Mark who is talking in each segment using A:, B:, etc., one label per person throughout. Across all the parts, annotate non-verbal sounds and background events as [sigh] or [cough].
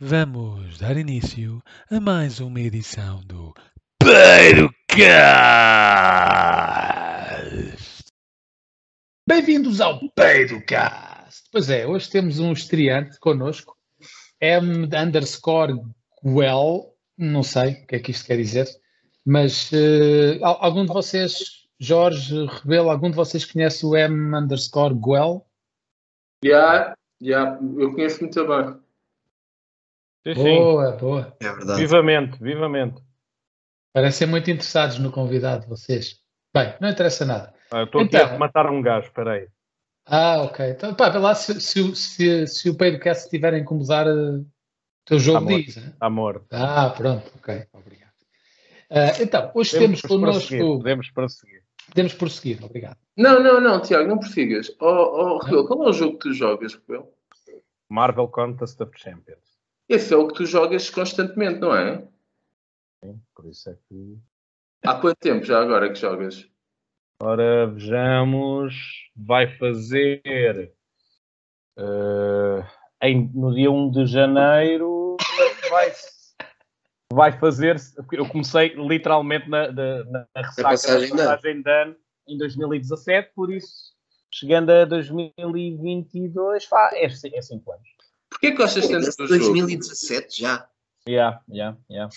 A: Vamos dar início a mais uma edição do
B: Peidocast! Bem-vindos ao Peidocast! Pois é, hoje temos um estreante connosco, M underscore Guel, não sei o que é que isto quer dizer, mas eh, al- algum de vocês, Jorge, Rebelo, algum de vocês conhece o M underscore Guel?
C: Já, já, eu conheço muito bem.
D: Sim, sim.
B: Boa, boa.
E: É verdade.
D: Vivamente, vivamente.
B: Parecem muito interessados no convidado, vocês. Bem, não interessa nada.
D: Ah, eu Estou aqui
B: Então.
D: a matar um gajo, espera aí.
B: Ah, ok. Então, pá, vê lá se, se, o- se, se o Pedocast tiver a incomodar eh, o teu jogo
D: Tá bom.
B: diz. né?
D: Está morto.
B: Ah, pronto, ok, obrigado. Ah, então, hoje temos
D: prosseguir,
B: connosco.
D: Podemos prosseguir.
B: Temos prosseguir, obrigado.
C: Não, não, não, Tiago, não persigas. Oh, oh, Rebelo, qual é o jogo que tu jogas, Rebelo?
D: Marvel Contest of Champions.
C: Esse é o que tu jogas constantemente, não é?
D: Por isso é que...
C: Há quanto tempo já agora que jogas?
D: Ora, vejamos. Vai fazer... eh, em- no dia 1 de janeiro... Vai, vai fazer... Eu comecei literalmente na, na, na ressaca
E: passagem de
D: da
E: ano.
D: passagem de ano em 2017, por isso... Chegando a 2022, fa- é 5 anos.
C: Porquê que gostas tanto
E: Desde
C: do jogo?
E: 2017 já.
D: Yeah, yeah, yeah.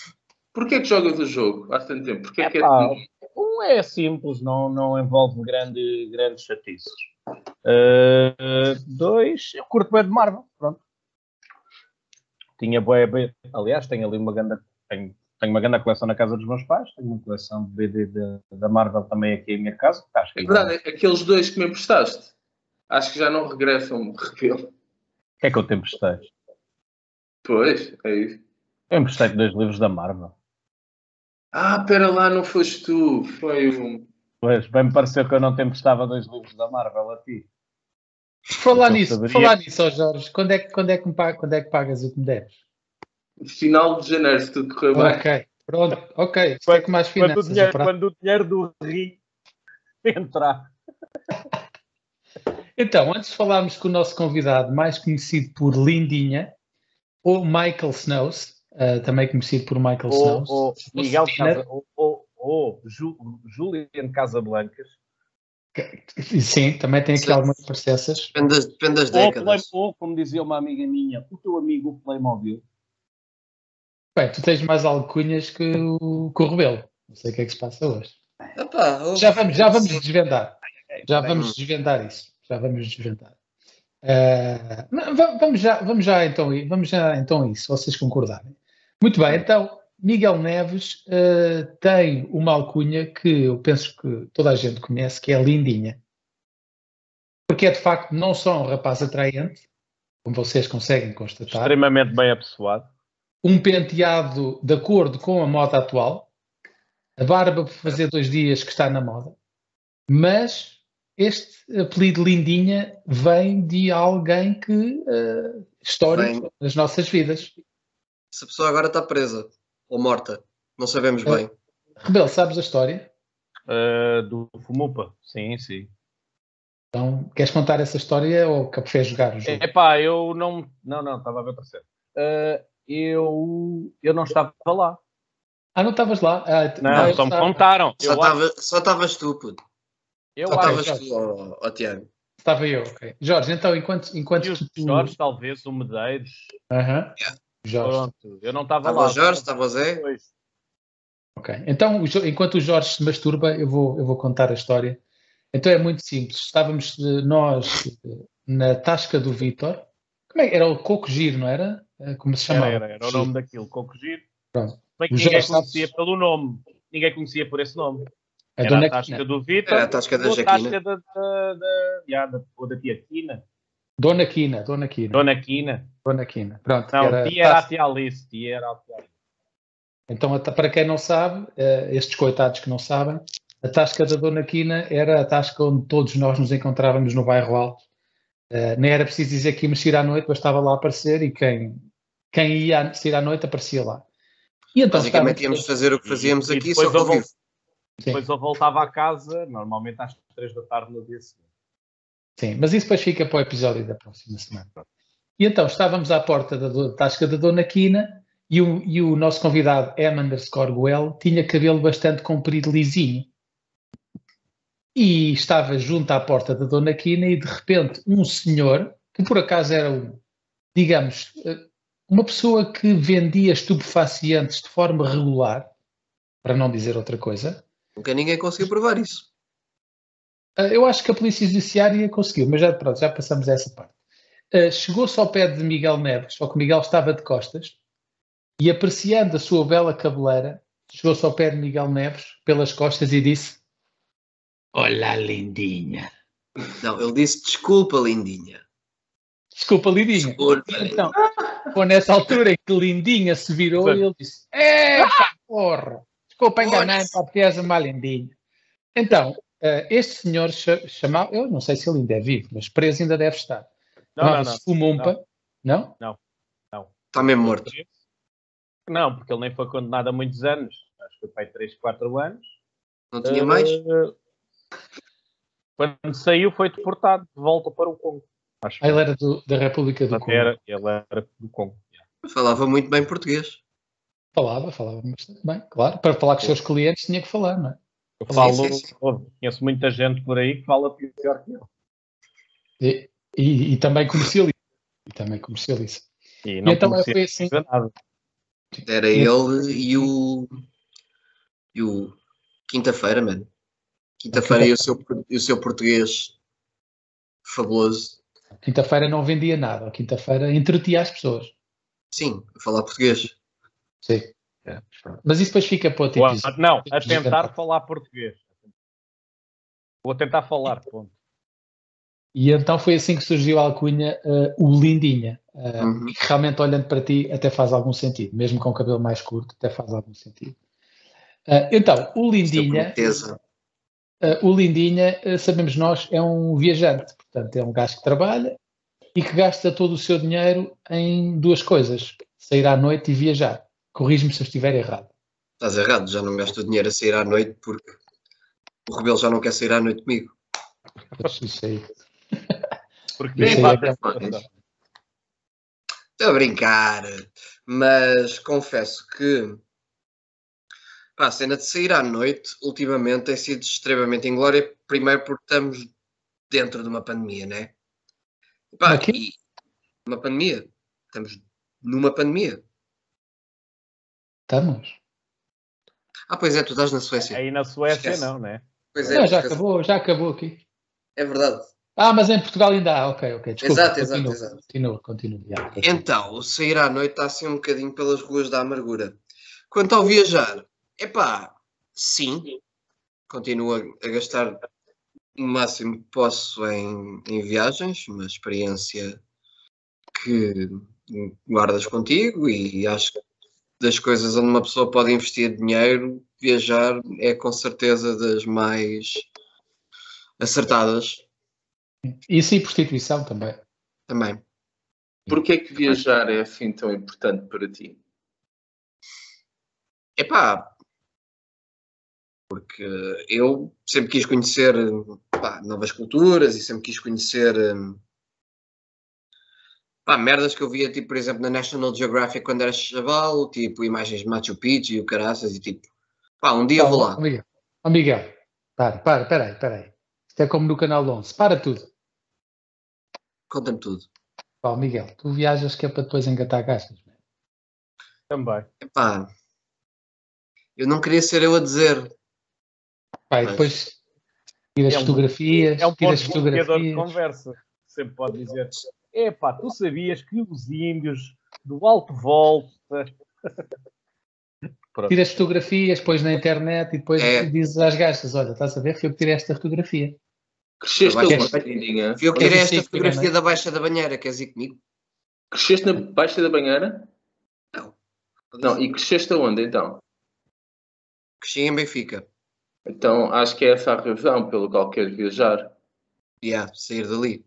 C: Porquê que jogas o jogo há tanto tempo? Porquê que é
D: Epá,
C: tão-
D: um é simples, não, não envolve grande, grandes chatices. Uh, dois, eu curto bem de Marvel, pronto. Tinha bué, bué- aliás, tenho ali uma grande, tenho, tenho uma grande coleção na casa dos meus pais, tenho uma coleção de BD da- da Marvel também aqui em minha casa. Acho que
C: É verdade, aqueles dois que me emprestaste, acho que já não regressam, [laughs] Rebelo.
D: O que é que eu te emprestei?
C: Pois, é isso.
D: Eu emprestei dois livros da Marvel.
C: Ah, pera lá, não foste tu, foi um...
D: Pois, bem me pareceu que eu não te emprestava dois livros da Marvel a ti.
B: Falar
D: Então,
B: nisso,
D: saberia-
B: falar nisso, ó Jorge, quando é, que- quando, é que me pa- quando é que pagas o que me deves?
C: Final de janeiro, se tudo correu bem.
B: Ok, pronto, ok. Isto é que mais
D: Quando o
B: finanças.
D: dinheiro,
B: operar.
D: quando o dinheiro do Rio [laughs] entrar.
B: Então, antes de falarmos com o nosso convidado, mais conhecido por Lindinha, ou Michael Snows, ah, também conhecido por Michael
D: ou,
B: Snows.
D: ou
B: fosse
D: Miguel
B: Tina-
D: Casa, ou, ou, ou Ju, Julian Casablancas,
B: Sim, também tem aqui
E: Sim.
B: algumas parecenças.
E: Depende das, depende das
D: ou, Play,
E: décadas.
D: ou, como dizia uma amiga minha, o teu amigo Playmobil.
B: Bem, tu tens mais alcunhas que o, que o Rebelo. Não sei o que é que se passa hoje.
E: Epá, oh,
B: Já vamos, já vamos
E: sim.
B: desvendar. Já vamos desvendar isso. Já vamos desvendar. Ah, não, va- vamos, já, vamos já então aí- vamos já então a isso, se vocês concordarem. Muito bem, então Miguel Neves ah, tem uma alcunha que eu penso que toda a gente conhece, que é Lindinha. Porque é de facto não só um rapaz atraente, como vocês conseguem constatar,
D: Tá. Extremamente bem apessoado.
B: um penteado de acordo com a moda atual, a barba por fazer dois dias que está na moda, mas este apelido Lindinha vem de alguém que eh, histórico
E: Vem.
B: nas nossas vidas.
E: Essa pessoa agora está presa ou morta. Não sabemos
B: É.
E: bem.
B: Rebelo, sabes a história?
D: Uh, do Fumupa, sim, sim.
B: Então, queres contar essa história ou que fez jogar o jogo?
D: Epá, eu não. Não, não, estava a ver para ser. Uh, eu, eu não estava lá.
B: Ah, não estavas lá? Ah, t-
D: Não,
B: ah, eu
D: só me
B: estava.
D: contaram. Eu
E: Só
D: acho,
E: estava- Só estavas tu, puto.
D: eu
E: Só
D: acho.
E: estavas tu, ó ó, Tiago.
B: Estava eu, ok. Jorge, então, enquanto, enquanto
D: E o
B: que tu...
D: Jorge, talvez, o Medeiros.
B: Aham. Jorge.
D: Pronto, eu não estava
E: Estava
D: lá.
E: o Jorge, estava o Zé.
D: Pois.
B: Ok. Então, o Jo- enquanto o Jorge se masturba, eu vou, eu vou contar a história. Então é muito simples. Estávamos eh, nós eh, na tasca do Vítor. Como é que era o Coco Giro, não era? Eh, Como se chamava?
D: Era, era, era o nome daquilo, Coco Giro.
B: Pronto.
D: Bem que
B: O
D: ninguém
B: Jorge Santos-
D: conhecia pelo nome. Ninguém conhecia por esse nome.
B: A
D: Era
B: dona
D: a Tasca
B: Quina.
D: do Vitor.
E: Era a tasca da
D: ou a Tasca
E: Jaquina.
D: da, da, da, já, da- ou da Tia Quina.
B: Dona Quina, Dona Quina,
D: Dona Quina.
B: Dona Quina. Pronto,
D: Não,
B: era
D: Tia era a
B: tasca.
D: Tia Alice. Tia era a tia Alice.
B: Então, até para quem não sabe, eh, estes coitados que não sabem, a tasca da Dona Quina era a tasca onde todos nós nos encontrávamos no bairro Alto. Eh, nem era preciso dizer que íamos sair à noite, bastava lá aparecer e quem, quem ia a- sair à noite aparecia lá. E então
E: Basicamente
B: estávamos-
E: íamos fazer o que fazíamos
D: E
E: aqui,
D: depois
E: só que ao
D: houve um-
E: vivo.
D: Depois eu voltava à casa, normalmente às três da tarde no dia seguinte.
B: Sim, mas isso depois fica para o episódio da próxima semana. E então estávamos à porta da, do- tasca da Dona Quina e o, e o nosso convidado M underscore Goel tinha cabelo bastante comprido lisinho. E estava junto à porta da Dona Quina e de repente um senhor, que por acaso era um, digamos, eh, uma pessoa que vendia estupefacientes de forma regular, para não dizer outra coisa,
E: Nunca ninguém conseguiu provar isso.
B: Uh, Eu acho que a Polícia Judiciária conseguiu, mas já, pronto, já passamos a essa parte. Uh, Chegou-se ao pé de Miguel Neves, só que o Miguel estava de costas, e apreciando a sua bela cabeleira, chegou-se ao pé de Miguel Neves pelas costas e disse: Olá, lindinha.
E: Não, ele disse desculpa, lindinha.
B: Desculpa, lindinha.
E: Desculpa.
B: Então, [laughs] foi nessa altura em que Lindinha se virou e ele disse: É, porra, desculpa enganar,
E: Foda-se.
B: para teres uma Lindinha. Então, eh, este senhor cha- chamava, eu não sei se ele ainda é vivo, mas preso ainda deve estar.
D: Não, não, não.
B: Chamava-se Fumumpa, não?
E: Está Tá mesmo morto.
D: Não, porque ele nem foi condenado há muitos anos. Acho que foi para aí 3, 4 anos.
E: Não tinha
D: Eh,
E: mais?
D: Quando saiu foi deportado de volta para o Congo. Acho
B: Ah, ele era do- da República do
D: Portanto,
B: Congo.
D: era- ele era do Congo.
E: Falava muito bem português.
B: Falava, falava bastante bem, claro. Para falar com os seus clientes tinha que falar, não é?
D: Eu
E: Sim,
D: falo,
E: sim, sim.
D: ouve, conheço muita gente por aí que fala pior que ele.
B: E, e- e também comercializa. E também comercializa.
D: E
B: E então
D: conhecia
B: foi assim.
D: nada.
E: Era ele e o. E o. Quinta-feira, mano. Quinta-feira e o seu, e o seu português fabuloso.
B: Quinta-feira não vendia nada. Quinta-feira entretia as pessoas.
E: Sim, a falar português.
B: Sim. Mas isso depois fica para outro
D: Ou a-
B: episódio.
D: não, a
B: Tipo,
D: tentar falar português. Vou tentar falar, ponto.
B: E então foi assim que surgiu a alcunha eh, o Lindinha. eh,
E: Uhum.
B: que realmente, olhando para ti, até faz algum sentido. Mesmo com o cabelo mais curto, até faz algum sentido. Eh, então, o Lindinha.
E: é Corteza.
B: Eh, o Lindinha, eh, sabemos nós, é um viajante, portanto, é um gajo que trabalha e que gasta todo o seu dinheiro em duas coisas: sair à noite e viajar. Corrijo-me se eu estiver errado.
E: Estás errado, já não gasto o dinheiro a sair à noite porque o Rebelo já não quer sair à noite comigo.
B: Mas Isso aí.
D: Porque
B: Isso
D: tem
B: aí é
D: várias
E: capaz.
D: coisas.
E: Estou a brincar, mas confesso que pá, a cena de sair à noite ultimamente tem sido extremamente inglória. Primeiro, porque estamos dentro de uma pandemia, né? Pá,
B: Uma quê?
E: e- uma pandemia. Estamos numa pandemia.
B: Estamos.
E: Ah, pois é, tu estás na Suécia.
D: Aí na Suécia
E: Esquece.
D: não, né?
E: Pois é,
B: Não, já
E: tens razão.
B: acabou, já acabou aqui.
E: é verdade.
B: Ah, mas em Portugal ainda há, ok, ok. Desculpa,
E: Exato, exato,
B: continua,
E: exato.
B: Continua, continua. já, continua.
E: Então, o sair à noite está assim um bocadinho pelas ruas da amargura. Quanto ao viajar, epá, sim, continuo a, a gastar o máximo que posso em, em viagens, uma experiência que guardas contigo e acho que das coisas onde uma pessoa pode investir dinheiro, viajar é com certeza das mais acertadas
B: Isso e prostituição também.
E: também.
C: Porquê é que viajar é assim tão importante para ti?
E: Epá, porque eu sempre quis conhecer pá, novas culturas e sempre quis conhecer hum, pá, merdas que eu via, tipo, por exemplo, na National Geographic quando era chaval, tipo, imagens de Machu Picchu e o caraças e tipo, pá, um dia vou lá.
B: Ó, Miguel, ó, Miguel, para, para, peraí, peraí. Isto é como no canal 11, para tudo.
E: Conta-me tudo.
B: Pá, Miguel, tu viajas que é para depois engatar gastas.
D: Também.
E: Epá, eu não queria ser eu a dizer.
B: Pá, e
E: Pois.
B: depois tiras
D: É um-
B: fotografias,
D: É um ponto
B: tiras
D: bloqueador de
B: fotografias.
D: conversa. Sempre pode dizer: Epá, tu sabias que os índios do Alto Volta.
B: Tiras fotografias, pões na internet e depois
E: É.
B: dizes às gastas, olha, estás a ver? Fui eu que tirei esta fotografia.
C: Cresceste
E: Trabalho-
C: aonde, Lindinha?
E: Fui eu que
B: Olha,
E: tirei
B: isso aí
E: esta
B: que era,
C: né?
E: fotografia da Baixa da Banheira, queres ir comigo?
C: Cresceste na Baixa da Banheira? Não, e cresceste aonde então?
E: Cresci em Benfica.
C: Então acho que é essa a razão pelo qual queres viajar.
E: Yeah, sair dali.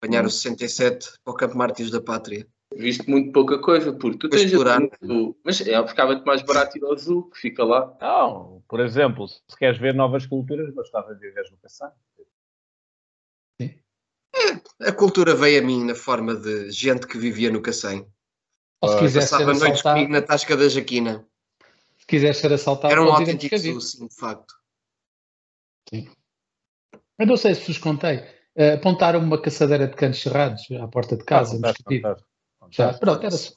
E: Apanhar
B: Hum.
E: o 67 para o Campo Mártires da Pátria.
C: Viste muito pouca coisa, porque tu
E: Vou
C: tens
E: explorar.
C: a do... Mas é, ficava-te mais barato ir ao azul, que fica lá.
D: Não, por exemplo, se queres ver novas culturas, bastava viveres no passado.
E: É, a cultura veio a mim na forma de gente que vivia no Cacém.
B: Ou se quiseres ser
E: Passava noites comigo
B: assaltado,
E: na tasca da Jaquina.
B: se quiseres ser assaltado,
E: Era um
B: podes ir a
E: autêntico
B: Moscavide.
E: sul, sim, de facto.
B: Eu não sei se vos contei. Eh, apontaram uma caçadeira de canos cerrados à porta de
D: Ah,
B: casa, em Moscavide. Já, pronto, era só.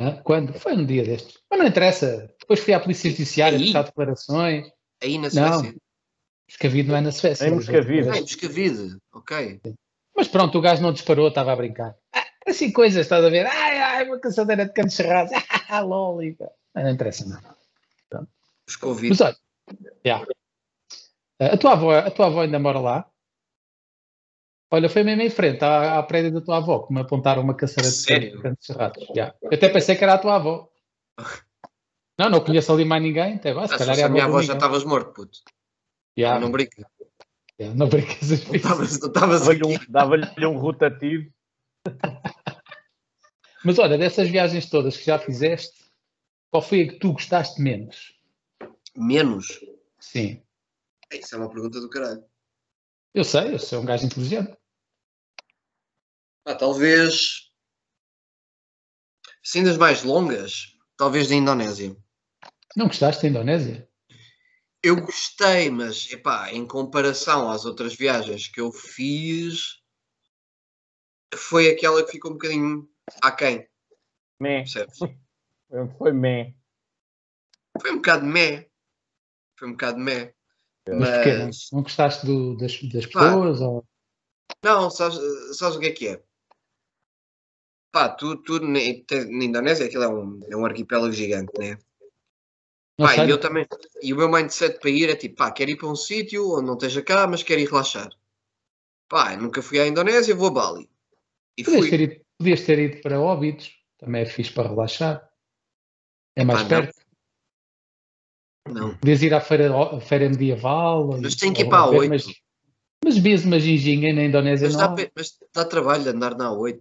B: Hã? Quando? Foi um dia destes. Mas não interessa. Depois fui à Polícia Judiciária
E: Aí?
B: buscar declarações.
E: Aí na
B: Não.
E: Suécia.
B: Moscavide não é na Suécia.
D: Em
B: é nos outros
D: Moscavide.
E: Ah, em
B: lugares.
E: Moscavide. Ok.
B: Mas pronto, o gajo não disparou, estava a brincar. Ah, assim coisas, estás a ver? Ai, ai, uma caçadeira de canos cerrados. [laughs] Ah, lol. e pá. Mas Não interessa, não.
E: Os convido.
B: Mas olha, já. Ah, a, tua avó, a tua avó ainda mora lá? Olha, foi mesmo em frente à, à prédio da tua avó que me apontaram uma caçadeira de
E: Sério?
B: canos- canos cerrados. Já. Eu até pensei que era a tua avó. Não, não conheço ali mais ninguém. Até, vá, se
E: Ah, se
B: calhar
E: fosse
B: é
E: a minha
B: do
E: avó já
B: Miguel.
E: estavas morto, puto.
B: Já.
E: Não brinca.
B: É, Não brincas a
E: Não tá-
B: ver.
E: [laughs] estavas- não estavas
D: Dava-lhe
E: aqui.
D: um, dava-lhe um rotativo.
B: Mas olha, dessas viagens todas que já fizeste, qual foi a que tu gostaste menos? um-
E: Menos.
B: Sim.
E: Isso é uma pergunta do caralho.
B: Eu sei, eu sou um gajo inteligente.
E: Pá, Ah, talvez. Assim das mais longas, talvez da Indonésia.
B: Não gostaste da Indonésia?
E: Eu gostei, mas epá, em comparação às outras viagens que eu fiz, foi aquela que ficou um bocadinho aquém,
D: Meh.
E: percebes?
D: Foi meh.
E: Foi um bocado meh. Foi um bocado meh.
B: Mas porquê? Não,
E: Mas,
B: não gostaste do- das, das
E: Pá.
B: pessoas? Ou...
E: não, sabes, sabes o que é que é? Pá, tu, tu na, na Indonésia, aquilo é um, é um arquipélago gigante, né?
B: Não
E: Pá,
B: sei.
E: e eu também. E o meu mindset para ir é tipo, pá, quero ir para um sítio onde não esteja cá, mas quero ir relaxar. Pá, eu nunca fui à Indonésia, vou a Bali. E
B: Podias, ter
E: fui.
B: ido, podias ter ido para Óbidos, também é fixe para relaxar. É mais
E: Ah, não.
B: perto.
E: Não.
B: Podias ir à feira, à feira medieval. ou-
E: Mas tem que ir
B: ou
E: para a
B: ver,
E: oito.
B: Mas, mas bebes uma ginginha na Indonésia
E: Mas
B: não
E: dá,
B: há.
E: pe- mas dá trabalho de andar na A8.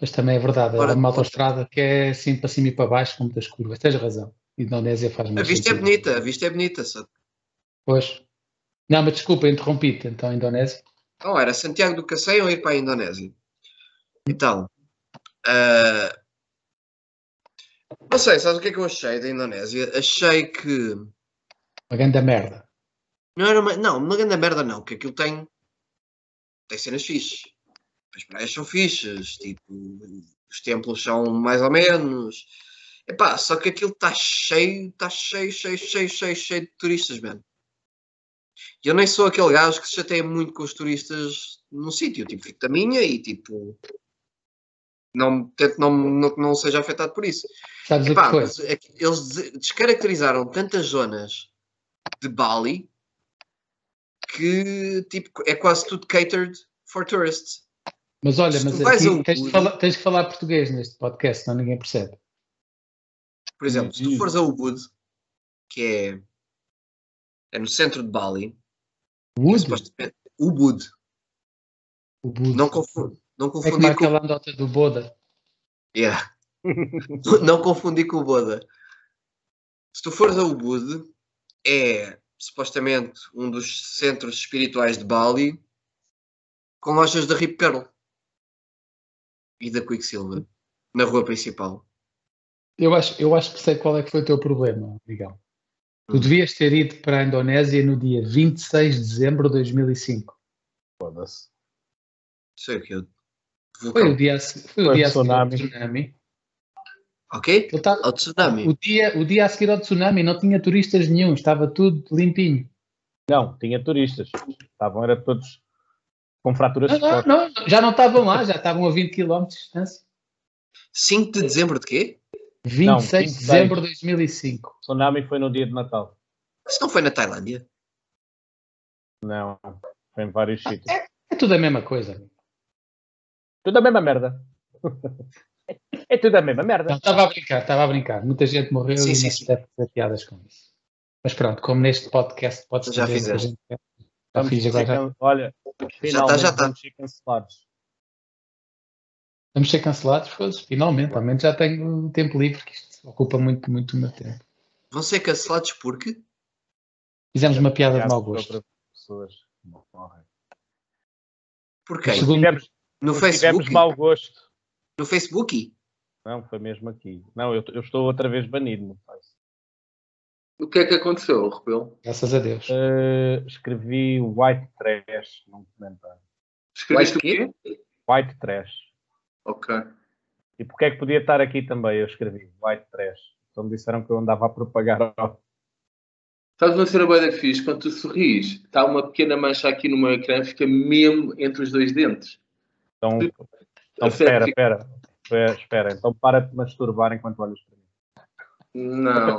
B: Mas também é verdade,
E: Ora,
B: há uma
E: puta.
B: autoestrada que é assim para cima e para baixo, com muitas curvas. Tens razão. Indonésia faz
E: A
B: mais
E: vista é
B: sentido.
E: bonita, a vista é bonita. Só.
B: Pois. Não, mas desculpa, interrompi-te. Então, Indonésia.
E: Não, oh, era Santiago do Cacém ou ir para a Indonésia. Então. ah, não sei, sabes o que é que eu achei da Indonésia? Achei que.
B: Uma grande merda.
E: Não era uma, não, uma grande merda não, que aquilo tem tem cenas fixes. As praias são fixes, tipo, os templos são mais ou menos. Epá, só que aquilo está cheio, está cheio, cheio, cheio, cheio, cheio de turistas, mano. E eu nem sou aquele gajo que se chateia muito com os turistas num sítio, tipo, fico da minha e tipo, não, tento não, não, não seja afetado por isso.
B: Sabes o
E: Epá,
B: que foi?
E: mas é que eles des- descaracterizaram tantas zonas de Bali que tipo, é quase tudo catered for tourists.
B: Mas olha,
E: se tu
B: mas
E: vais a um
B: aqui tens de,
E: tour-
B: falar, tens de falar português neste podcast, senão ninguém percebe.
E: Por exemplo,
B: Uhum.
E: se tu fores a Ubud, que é, é no centro de Bali,
B: O
E: é supostamente Ubud,
B: O Buda.
E: não, confu- não
B: É como
E: confundir com.
B: aquela andota do Boda.
E: Yeah. não confundir com o Boda. Se tu fores a Ubud, é supostamente um dos centros espirituais de Bali com lojas da Rip Curl e da Quicksilver na rua principal.
B: Eu acho, eu acho que sei qual é que foi o teu problema, Miguel. Tu
E: Hum.
B: devias ter ido para a Indonésia no dia 26 de dezembro de 2005.
D: Foda-se.
E: Sei o que eu.
B: Foi o
E: Vulcão.
B: dia, a se- foi o
D: Foi o
B: dia a seguir ao
D: tsunami.
B: tsunami.
E: Ok?
B: Ele tá-
E: Ao tsunami.
B: O dia, o dia a seguir ao tsunami não tinha turistas nenhum, estava tudo limpinho.
D: Não, tinha turistas. Estavam, era todos com fraturas
B: Não,
D: de
B: Ah, não,
D: costas.
B: não, já não estavam lá, já estavam a 20 km de distância.
E: 5 de dezembro de quê?
B: 26
D: Não,
B: de
D: 26.
B: dezembro de 2005.
D: O tsunami foi no dia de Natal.
E: Isso não foi na Tailândia?
D: Não, foi em vários sítios.
B: É tudo a mesma coisa. amigo.
D: Tudo a mesma merda. É tudo a mesma
B: Não,
D: merda.
B: estava a brincar, estava a brincar. Muita gente morreu
E: Sim,
B: e
E: sim,
B: nós
E: sim.
B: tivemos chateadas com isso. Mas pronto, como neste podcast podes
E: Já
B: fazer o que a
E: fizeste.
B: gente quer. Já
D: Vamos
B: fiz
D: ser
B: agora. já-
D: can- Olha, finalmente
E: já tá.
D: vamos ser cancelados.
B: Vamos ser cancelados, foda-se, finalmente. Ao menos já tenho um tempo livre, que isto ocupa muito, muito o meu tempo.
E: Vão ser cancelados porque?
B: Fizemos uma piada de
D: Piadas
B: mau gosto.
D: sobre pessoas que morrem.
E: Por quem?
B: Segundo-
D: Tivemos,
E: No
D: nós tivemos
E: Facebook?
D: mau gosto.
E: No Facebook?
D: Não, foi mesmo aqui. Não, eu, eu estou outra vez banido. Não faz.
C: O que é que aconteceu, Rebelo?
B: Graças a Deus.
D: Eh, escrevi white trash num comentário.
C: Escreveste o
E: Vai
C: quê?
D: White trash.
C: Ok.
D: E porque é que podia estar aqui também? Eu escrevi white trash. Então me disseram que eu andava a propagar.
C: Sabes uma cena boa da fixe? Quando tu sorris, está uma pequena mancha aqui no meu ecrã, fica mesmo entre os dois dentes.
D: Então, então
C: A sério,
D: espera,
C: fica-
D: espera, espera, espera. Então para de masturbar enquanto olhas para mim.
C: Não.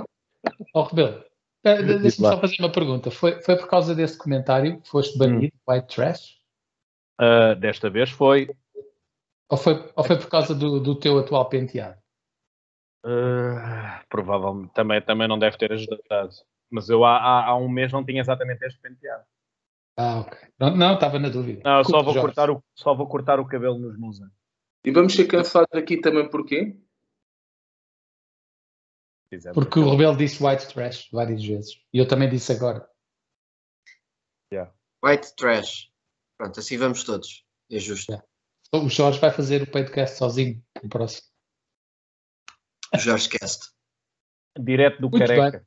B: Ó, Oh, Rebelo, espera, de-
D: Diz
B: deixa-me
D: lá.
B: só fazer uma pergunta. Foi, foi por causa desse comentário que foste banido,
D: Hum.
B: white trash?
D: Ah, desta vez foi.
B: Ou foi, ou foi por causa do, do teu atual penteado?
D: ah, provavelmente também, também não deve ter ajudado. Mas eu há, há, há um mês não tinha exatamente este penteado.
B: Ah, ok. Não, não, estava na dúvida.
D: Não, eu só
B: Desculpa,
D: vou,
B: Jorge.
D: cortar o, só vou cortar o cabelo nos musa.
C: E vamos ser cancelados aqui também porquê?
D: Fizemos.
B: Porque o Rebelo disse white trash várias vezes. E eu também disse agora.
E: White Trash. Pronto, assim vamos todos. É justo.
B: Então, O Jorge vai fazer o podcast sozinho no próximo.
E: Jorge Cast.
D: Direto do
B: Muito
D: Careca.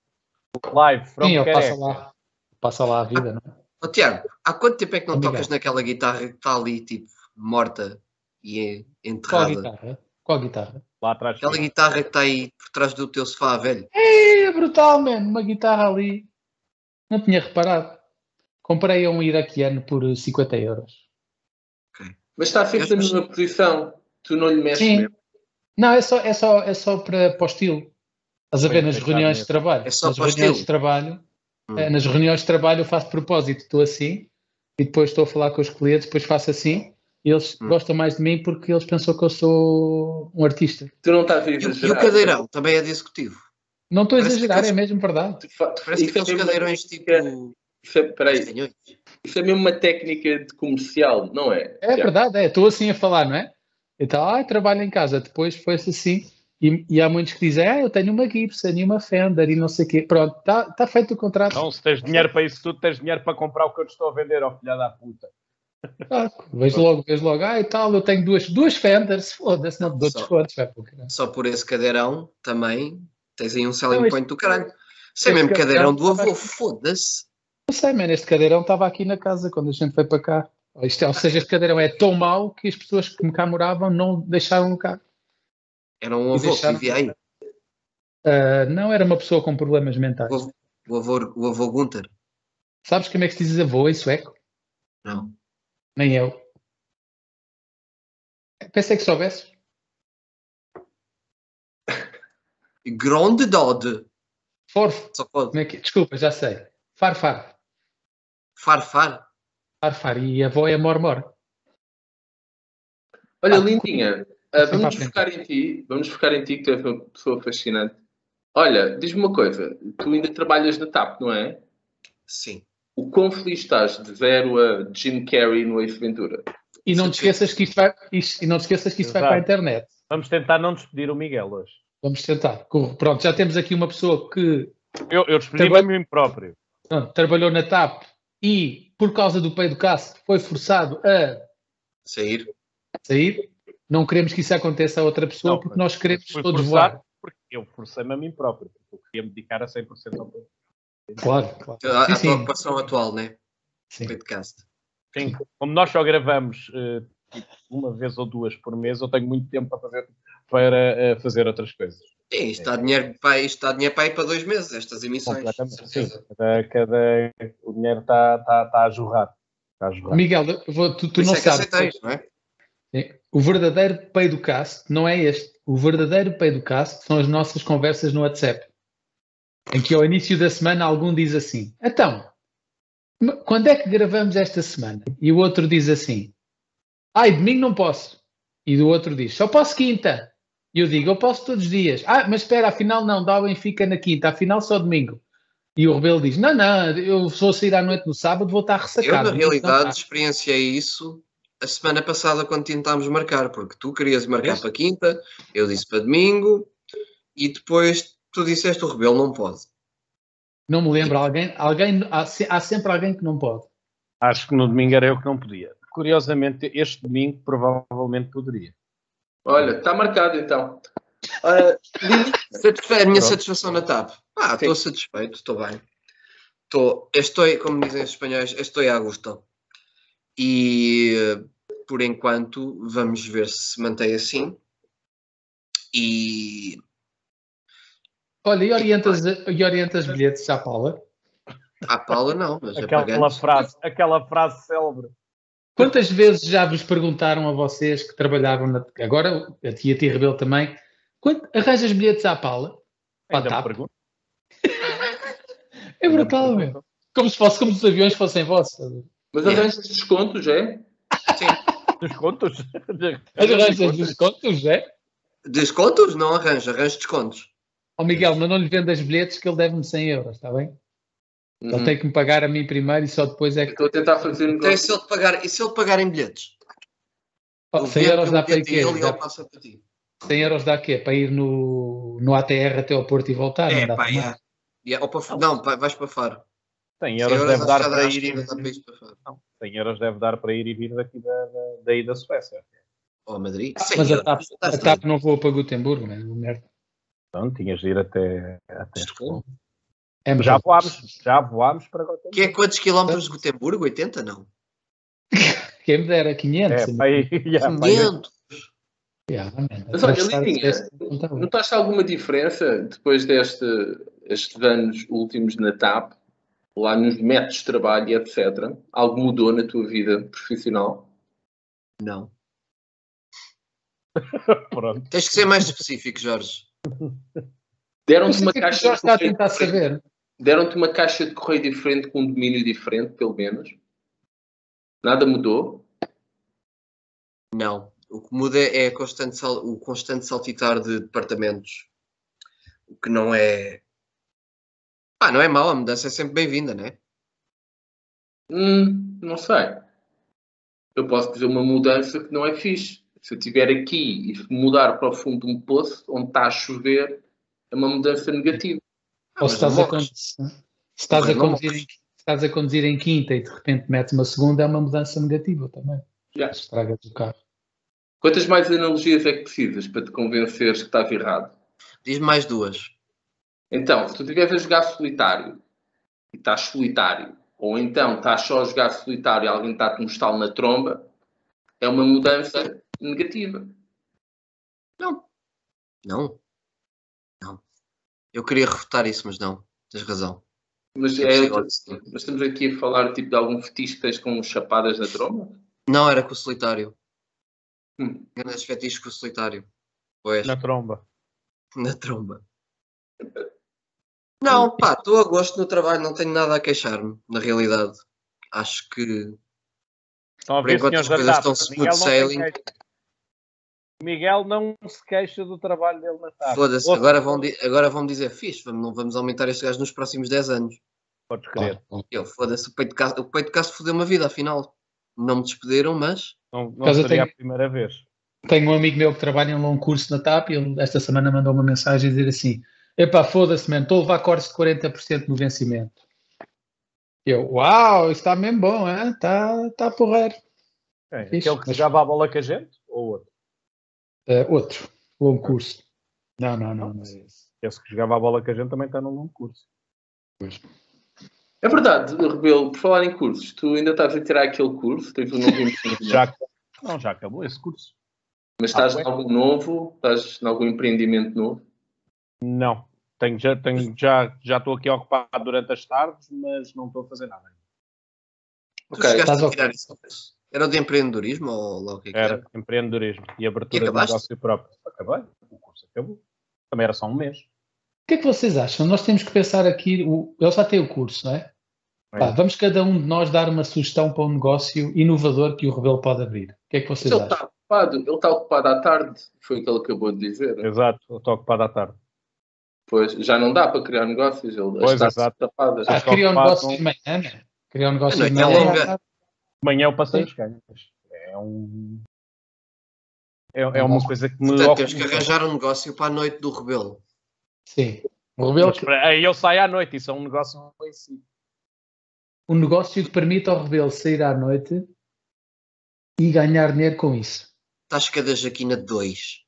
D: Live from
B: Sim, ele passa
D: Careca.
B: lá, passa lá a vida, não é?
E: Ó Tiago, há quanto tempo é que não
B: Obrigado.
E: tocas naquela guitarra que está ali, tipo, morta e
B: Qual a
E: enterrada?
B: guitarra? Qual a guitarra?
D: Lá atrás.
E: Aquela guitarra que está aí por trás do teu sofá, velho.
B: É brutal, mano. Uma guitarra ali. Não tinha reparado. Comprei a um iraquiano por 50 euros.
C: Mas está sempre na mesma posição. Tu não lhe mexes
B: Sim.
C: mesmo.
B: Não, é só, é só, é só para, para o estilo. Estás
D: Foi
B: a ver nas
D: feito à
B: reuniões de
D: mesa.
B: trabalho.
E: É só
B: nas
E: para o
B: reuniões
E: estilo.
B: de trabalho.
E: Hum.
B: eh, Nas reuniões de trabalho eu faço de propósito. Estou assim e depois estou a falar com os clientes, depois faço assim. E eles
E: Hum.
B: gostam mais de mim porque eles pensam que eu sou um artista.
C: Tu não estás a
E: E, o-
C: exagerar.
E: e o cadeirão também é discutivo.
B: Não estou a
E: Parece
B: exagerar,
E: que-
B: é mesmo verdade.
C: Tu fa-
E: Parece
C: isso é
E: aqueles
C: mesmo-
E: cadeirões tipo.
C: Isso é, peraí,
E: castanhões.
C: isso é mesmo uma técnica de comercial, não é?
B: É
C: Tiago?
B: verdade, é. Estou assim a falar, não é? Então, ah, trabalho em casa. Depois foi-se assim. E, e há muitos que dizem, ah, eu tenho uma Gibson e uma Fender e não sei o quê. Pronto, está tá feito o contrato.
D: Não, Então, se tens dinheiro para isso tudo, tens dinheiro para comprar o que eu te estou a vender, ó filha da puta.
B: Ah, vejo logo, vejo logo, ah, e tal, eu tenho duas, duas Fenders, [laughs] foda-se, não te dou
E: Só.
B: descontos. Vai, para o caralho.
E: Só por esse cadeirão também tens aí um selling
B: Não, este-
E: point do caralho. Isso
B: este
E: é mesmo
B: cadeirão
E: cadeirão do avô,
B: também.
E: foda-se.
B: não sei, mano, este cadeirão estava aqui na casa quando a gente veio para cá. Ou, isto, é- ou seja, este cadeirão é tão mau que as pessoas que cá moravam não deixaram cá.
E: Era
B: E
E: um avô que
B: deixaram-
E: vivia aí.
B: Ah, não era uma pessoa com problemas mentais.
E: O avô, o avô, o avô Gunter.
B: Sabes como é que se diz avô em sueco?
E: Não.
B: Nem eu. Pensei que soubesses.
E: Grande Dode.
B: Forf,
E: Só pode.
B: como é que... Desculpa, já sei. Farfar.
E: Farfar.
B: Farfar. E a avó é mormor.
C: Olha, Lindinha, ah,
B: Sempre à
C: vamos
B: frente.
C: focar em ti, vamos focar em ti, que tu és uma pessoa fascinante. Olha, diz-me uma coisa, tu ainda trabalhas na TAP, não é?
E: Sim.
C: O quão feliz estás de zero a Jim Carrey no Ace Ventura?
B: E não te esqueças que isto vai, isto- e não te esqueças que isto vai
D: Exato.
B: para a internet.
D: Vamos tentar não despedir o Miguel hoje.
B: Vamos tentar. Corre. Pronto, já temos aqui uma pessoa que
D: Eu, eu despedi-me a
B: Também-
D: mim próprio.
B: pronto, trabalhou na TAP e, por causa do peido Cássio, foi forçado a
E: Sair.
B: sair. Não queremos que isso aconteça a outra pessoa,
D: Não,
B: porque nós queremos
D: Fui
B: todos
D: forçado
B: voar.
D: porque eu forcei-me a mim próprio. porque Eu queria me dedicar a 100% ao projeto.
B: Claro, claro.
E: A, a
B: Sim,
E: tua
B: sim,
E: ocupação atual, né?
B: sim.
E: Podcast.
D: Sim, como nós só gravamos eh, tipo, uma vez ou duas por mês, eu tenho muito tempo para fazer, para, eh, fazer outras coisas.
E: Sim, isto dá dinheiro para, isto dá dinheiro para ir para dois meses, estas emissões.
D: Completamente. Sim,
E: Certeza.
D: cada, cada- o dinheiro está tá, tá a jorrar. Está a jorrar.
B: Miguel, eu vou- tu, tu
E: Por isso
B: não
E: é que
B: sabes. Tá
E: aceitais, não é?
B: Sim. O verdadeiro peido cast não é este. O verdadeiro peido cast são as nossas conversas no WhatsApp. Em que ao início da semana algum diz assim: Então, m- quando é que gravamos esta semana? E o outro diz assim: Ai, domingo não posso. E o outro diz: Só posso quinta. E eu digo: Eu posso todos os dias. Ah, mas espera, afinal não, dá o Benfica na quinta, afinal só domingo. E o Rebelo diz: Não, não, eu vou sair à noite no sábado, vou estar
E: Eu,
B: ressacado.
E: na
B: Não, não
E: realidade,
B: dá.
E: experienciei isso a semana passada quando tentámos marcar, porque tu querias marcar
B: Vês?
E: para quinta, eu disse para domingo, e depois tu disseste o Rebelo não pode.
B: Não me lembro, alguém, alguém há, se- há sempre alguém que não pode.
D: Acho que no domingo era eu que não podia. curiosamente, este domingo provavelmente poderia.
C: Olha, está marcado então.
E: Ora, satisfe- a minha
D: Pronto.
E: satisfação na TAP. Ah, estou satisfeito, estou bem. Estou, estou, como dizem os espanhóis, estou a gosto. E eh, por enquanto vamos ver se se mantém assim. E
B: Olha, e orientas, e orientas bilhetes à Paula?
E: à Paula não, mas é a
D: Aquela
E: Pagantes.
D: frase, aquela frase célebre.
B: Quantas vezes já vos perguntaram a vocês que trabalhavam na. Agora, a tia Tia Rebelo também. Quanto, arranjas bilhetes à Paula? Pá,
D: Ainda
B: tá.
D: me pergunto.
B: É brutal, meu. Como se fosse, como se os aviões fossem vossos.
C: Mas
E: Yeah.
C: arranjas descontos, é?
E: [laughs]
D: Descontos?
B: Arranjas descontos, é?
E: Descontos? Não arranjo, arranjo descontos.
B: Ó Miguel, mas não lhe vendas bilhetes que ele deve-me 100 euros, está bem? Ele
C: Uhum.
B: tem que me pagar a mim primeiro e só depois é que.
C: Estou a tentar fazer um
E: Então, e
C: negócio.
E: se ele te pagar, e se ele pagar em bilhetes?
B: Oh,
E: Eu
B: 100
E: vendo
B: euros
E: um
B: dá para ir
E: bilhete a
B: quê?
E: ele e ele
B: Dá-
E: passa para ti.
B: 100 euros dá quê? Para ir no, no ATR até ao Porto e voltar?
E: É,
B: não dá
E: pá,
B: para mais?
E: é. É, ou para Faro. Não, pá, vais para Faro.
D: Tem
E: Cem
D: euros deve
E: acho
D: dar
E: que já dá,
D: para
E: acho
D: ir
E: que
D: e
E: já dá para ir para Faro.
D: Cem euros deve dar para ir e vir daqui da, da, daí da Suécia.
E: Ou a Madrid. Cem
B: Mas a
E: euros.
B: TAP, a
E: Estás
B: TAP não voa para Gutenberg, mas merda.
D: Então tinhas de ir até. até
E: Estocolmo.
B: É
D: já
B: melhor.
D: voámos, já voámos para Gotham.
E: Que é quantos quilómetros de Gotemburgo? 80? Não.
B: Quem me dera
D: É,
B: 500.
D: para aí, [laughs] já, para aí.
E: 500.
B: ah,
C: Mas olha, eh, Lidinha, notaste alguma diferença depois deste estes anos últimos na TAP, lá nos métodos de trabalho e etc? Algo mudou na tua vida profissional?
E: Não.
D: Pronto.
E: Tens que ser mais específico, Jorge.
B: Mas
C: Deram-te
B: o
C: uma
B: que é que o
C: caixa
B: Jorge
C: de
B: está a
C: correio
B: tentar
C: diferente?
B: saber?
C: Deram-te uma caixa de correio diferente com um domínio diferente, pelo menos? Nada mudou?
E: Não. O que muda é a constante sal- o constante saltitar de departamentos. O que não é. Ah, não é mau, a mudança é sempre bem-vinda, né?
C: Hum, não sei. Eu posso dizer uma mudança que não é fixe. Se eu estiver aqui e mudar para o fundo de um poço onde está a chover, é uma mudança negativa.
B: Ou
E: Ah, mas
B: se estás
E: não
B: a
E: morres.
B: conduzir, se estás a
E: Não morres.
B: conduzir em- se estás a conduzir em quinta e de repente metes uma segunda, é uma mudança negativa também.
C: Já.
B: Estragas o carro.
C: Quantas mais analogias é que precisas para te convenceres que estás errado?
E: Diz mais duas.
C: Então, se tu estiveres a jogar solitário e estás solitário, ou então estás só a jogar solitário e alguém está-te um estalo na tromba, é uma mudança negativa.
E: Não. Não. Eu queria refutar isso, mas não. Tens razão.
C: Mas,
E: Eu
C: é-
E: chego ao destino.
C: mas estamos aqui a falar tipo, de algum fetiche que tens com chapadas na tromba?
E: Não, era com o solitário.
C: Hum.
E: Grandes fetiches com o solitário. Pois,
D: Na tromba.
E: na tromba. Não, pá, estou a gosto no trabalho, não tenho nada a queixar-me, na realidade. Acho que
D: Estão a
E: Por
D: ver,
E: enquanto as
D: senhores da
E: coisas
D: TAP?
E: estão smooth
D: Miguel não tem
E: sailing.
D: queixa. Miguel não se queixa do trabalho dele na TAP.
E: Foda-se,
D: Ouça,
E: agora vão, di- agora vão dizer fixe, vamos, não vamos aumentar este gajo nos próximos 10 anos.
D: Podes crer.
E: Eu, foda-se, o peito de caço, o peito de caço fodeu uma vida, afinal. Não me despediram, mas
D: Não, não
B: Mas eu
D: seria
B: tenho-
D: a primeira vez.
B: Tenho um amigo meu que trabalha em um curso na TAP e ele esta semana mandou uma mensagem a dizer assim: Epá, foda-se, man, estou a levar cortes de 40% no vencimento. Eu, uau, isso está mesmo bom, hein? está tá porreiro.
D: Quem?
B: Fixe,
D: É, Aquele que
B: mas-
D: jogava a bola com a gente? Ou outro?
B: Eh, outro, longo curso. Não, não, não, não é esse.
D: Esse que jogava a bola com a gente também está num longo curso.
C: É verdade, Rebelo, por falar em cursos, tu ainda estás a tirar aquele curso, tens um novo empreendimento,
D: Já, não, já acabou esse curso.
C: mas estás
D: Ah,
C: em algum novo, estás em algum empreendimento novo.
D: Não, tenho, já, tenho, já, já estou aqui ocupado durante as tardes, mas não estou a fazer nada.
E: tu
C: Ok,
E: chegaste
B: estás
E: a
B: ao-
E: tirar isso. Era o de empreendedorismo ou logo o que é que
D: Era
E: era?
D: empreendedorismo e
E: E
D: abertura de
E: acabaste?
D: negócio próprio. Acabei, o curso acabou. Também era só um mês.
B: O que é que vocês acham? Nós temos que pensar aqui, o, ele já tem o curso, não é?
D: É.
B: Pá, vamos cada um de nós dar uma sugestão para um negócio inovador que o Rebelo pode abrir. O que é que
C: Mas
B: vocês
C: ele tá-
B: acham?
C: está ocupado, ele está ocupado à tarde, foi o que ele acabou de dizer.
D: Exato, eu estou ocupado à tarde.
C: Pois já não dá para criar negócios, ele
D: Pois,
C: está
D: exato.
C: tapado.
B: Ah,
C: já.
D: está
B: criar um
D: tá ocupado
B: negócio
D: com-
B: de manhã, não é? Criar um negócio
E: Não,
B: de
C: é
E: não,
B: manhã.
E: não,
D: Amanhã eu passei os ganhos. É um. É, é uma
B: Mas-
D: coisa que me
E: Portanto, tens que
D: ocupa.
E: arranjar um negócio para a noite do rebelo.
B: Sim. O Rebelo,
D: Mas espera, Aí eu saio à noite, isso é um negócio em si.
B: um negócio que permita ao Rebelo sair à noite e ganhar dinheiro com isso.
E: Tasca da Jaquina 2.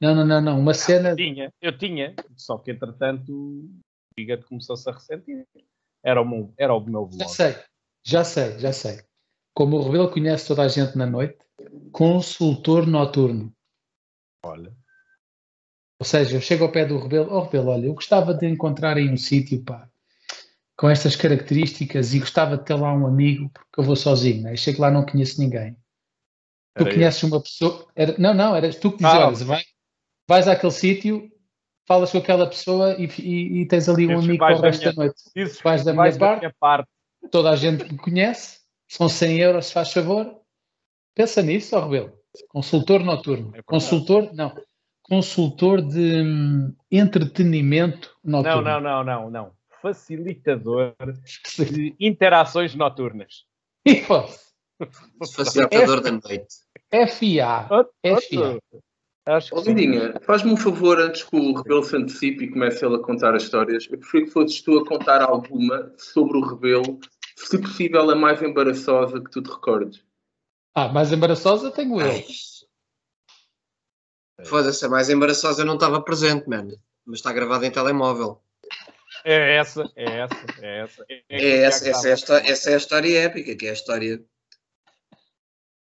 B: Não, não, não, não. Uma cena.
D: Eu tinha, eu tinha, só que entretanto o Fígado começou-se a ressentir. Era o meu, era o meu blog.
B: Já sei, já sei, já sei. Como o Rebelo conhece toda a gente na noite, consultor noturno.
D: Olha.
B: Ou seja, eu chego ao pé do Rebelo, oh Rebelo, olha, eu gostava de encontrar aí um sítio, pá, com estas características e gostava de ter lá um amigo, porque eu vou sozinho, né? Eu chego lá não conheço ninguém. Tu
D: Era eu.
B: conheces uma pessoa. era- não, não, eras tu que dizes,
D: Ah,
B: olha, vai, vais àquele sítio, falas com aquela pessoa e, e- e tens ali um
D: Esses
B: amigo para
D: pais
B: o
D: da
B: resto da,
D: minha-
B: noite.
D: Isso
B: Vais da
D: faz
B: minha parte,
D: minha parte.
B: toda a gente me conhece, são 100 euros, se faz favor. Pensa nisso, ó Rebelo. Consultor noturno.
D: É verdade.
B: Consultor, não. Consultor de hum, entretenimento
D: Não,
B: noturno.
D: não,
B: [laughs]
D: não, não, não. Facilitador de interações noturnas.
B: E, pô,
D: é?
E: Facilitador da noite.
B: FA. FA.
D: Acho
C: Ó
D: que sim.
C: Lindinha, faz-me um favor antes que o Rebelo se antecipe e comece ele a contar as histórias. Eu prefiro que fosses tu a contar alguma sobre o Rebelo, se possível a mais embaraçosa que tu te recordes.
B: Ah, mais embaraçosa tenho eu.
E: Ai. Foda-se, a mais embaraçosa eu não estava presente, mano. Mas está gravado em telemóvel.
D: É essa, é essa, é essa. É,
E: É, essa, essa, é a histó- essa é a história épica, que é a história.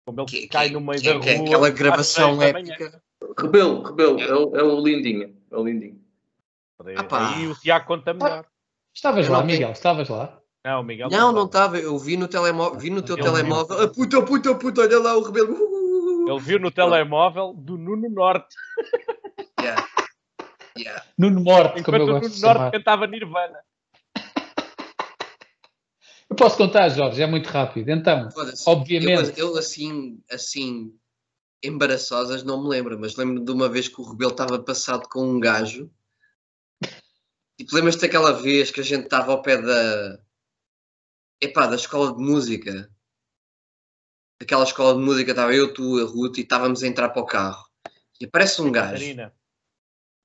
D: Como ele
E: Que,
D: cai
E: que-
D: no meio
E: que-
D: da rua.
E: que é
D: às
E: aquela
D: seis
E: gravação
D: da manhã.
E: épica.
C: Rebelo, Rebelo, é, o- é o Lindinha. É o Lindinha.
E: Ah, pá.
D: Aí o Tiago conta melhor.
B: Estavas
E: Eu
B: lá,
E: não tenho-
B: Miguel, estavas lá.
D: Não, Miguel.
E: Não, não tá.
D: está.
E: estava. Eu vi no telemóvel, vi no teu
B: Eu
E: telemóvel. Ah, puta, puta, puta, olha lá o rebelo. Uh, uh, uh.
D: Ele viu no telemóvel do Nuno Norte.
E: Yeah. Yeah.
B: Nuno Morte, como
D: Enquanto
B: eu
D: o
B: gosto
D: Nuno
B: de
D: Norte
B: chamar.
D: cantava Nirvana.
B: Eu posso contar, Jorge, é muito rápido. Então,
E: Foda-se.
B: obviamente,
E: Eu, eu assim, assim, embaraçosas não me lembro, mas lembro de uma vez que o Rebelo estava passado com um gajo. E te lembras-te daquela vez que a gente estava ao pé da. Epá, da escola de música. Aquela escola de música estava eu, tu, a Ruth e estávamos a entrar para o carro. E aparece um gajo.
D: Catarina.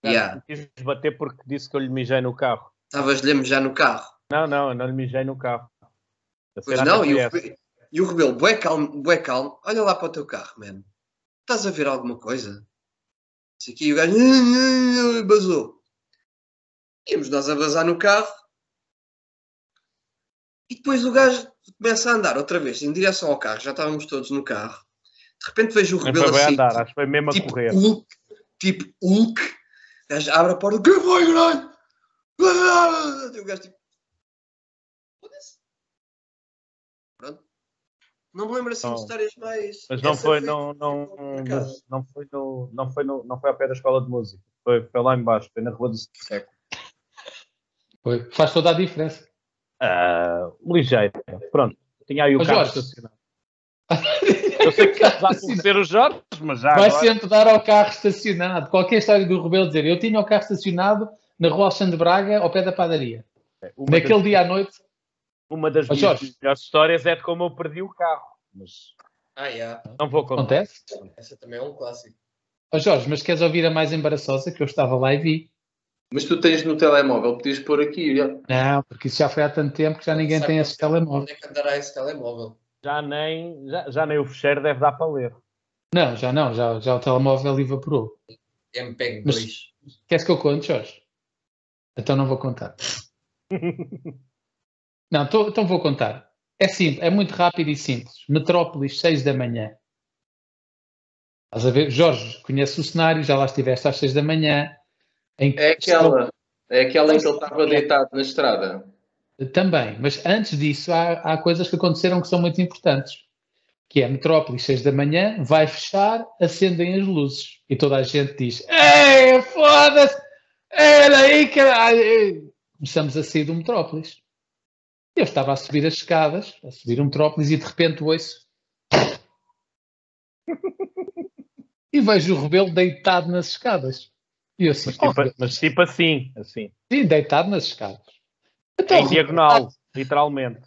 E: Yeah.
D: Quis bater porque disse que eu lhe mijei no carro.
E: Estavas-lhe já no carro.
D: Não, não, eu não lhe mijei no carro. A
E: Pois
D: cena
E: não,
D: até foi
E: e o,
D: essa.
E: Rebe- e o Rebelo, bué calmo, bué calmo, olha lá para o teu carro, mano. Estás a ver alguma coisa? Isso aqui, e o gajo, "Ah, ah, ah", [laughs] basou. Íamos nós a basar no carro. E depois o gajo começa a andar outra vez em direção ao carro, já estávamos todos no carro. De repente vejo o
D: Nem
E: Rebelo
D: foi bem
E: assim,
D: andar, acho que foi mesmo a
E: tipo
D: correr.
E: Hulk, tipo Hulk, o gajo abre a porta, que foi, caralho? Ah! E o gajo tipo, foda-se. Pronto. Não me lembro assim
D: Não.
E: de histórias mais.
D: Mas não
E: Essa
D: foi, não, não,
E: por acaso.
D: mas não foi no, não foi no, não foi ao pé da escola de música. Foi, foi lá em baixo, foi na rua do Seco.
B: foi- faz toda a diferença.
D: Ah, ligeiro. Pronto. Tinha aí o
B: Mas
D: carro
B: Jorge.
D: estacionado. Eu sei
B: [laughs]
D: que [laughs] já conhecer os Jorge, mas já
B: Vai
D: agora...
B: sempre dar ao carro estacionado. Qualquer história do Rebelo dizer, eu tinha o carro estacionado na rua Alexandre Braga, ao pé da padaria.
D: é uma
B: Naquele
D: das,
B: dia à noite,
D: Uma das
B: Ó,
D: minhas
B: Jorge.
D: melhores histórias é de como eu perdi o carro. Mas
E: Ah, yeah.
D: não vou contar.
B: acontece.
E: Essa também é um clássico.
B: Ó Jorge, mas queres ouvir a mais embaraçosa que eu estava lá e vi?
C: Mas tu tens no telemóvel, podias pôr aqui. é já.
B: Não, porque isso já foi há tanto tempo que já ninguém
E: Sabe
B: tem esse telemóvel.
E: Onde é que andará esse telemóvel?
D: Já nem, já, já nem o fecheiro deve dar para ler.
B: Não, já não, já, já o telemóvel evaporou.
E: MPEG
B: Mas-
E: 2.
B: Queres que eu conte, Jorge? Então não vou contar.
C: [laughs]
B: Não, tô- então vou contar. É simples, é muito rápido e simples. Metrópolis, 6 da manhã. Estás a ver? Jorge, conhece o cenário, já lá estiveste às 6 da manhã. Em que
C: É
B: estão-
C: aquela, é aquela em que ele estava deitado na estrada.
B: Também, mas antes disso há, há coisas que aconteceram que são muito importantes. Que é Metrópolis, 6 da manhã, vai fechar, acendem as luzes. E toda a gente diz: Ei, foda-se! Era aí, caralho! Começamos a sair do Metrópolis. Eu estava a subir as escadas, a subir o Metrópolis, e de repente ouço. [laughs] e vejo o rebelo deitado nas escadas. E eu assim:
D: Mas
B: "Oh,
D: tipo, mas tipo assim, assim.
B: sim, deitado nas escadas. Então,
D: Em É
B: Rebelo,
D: diagonal,
B: tá.
D: literalmente.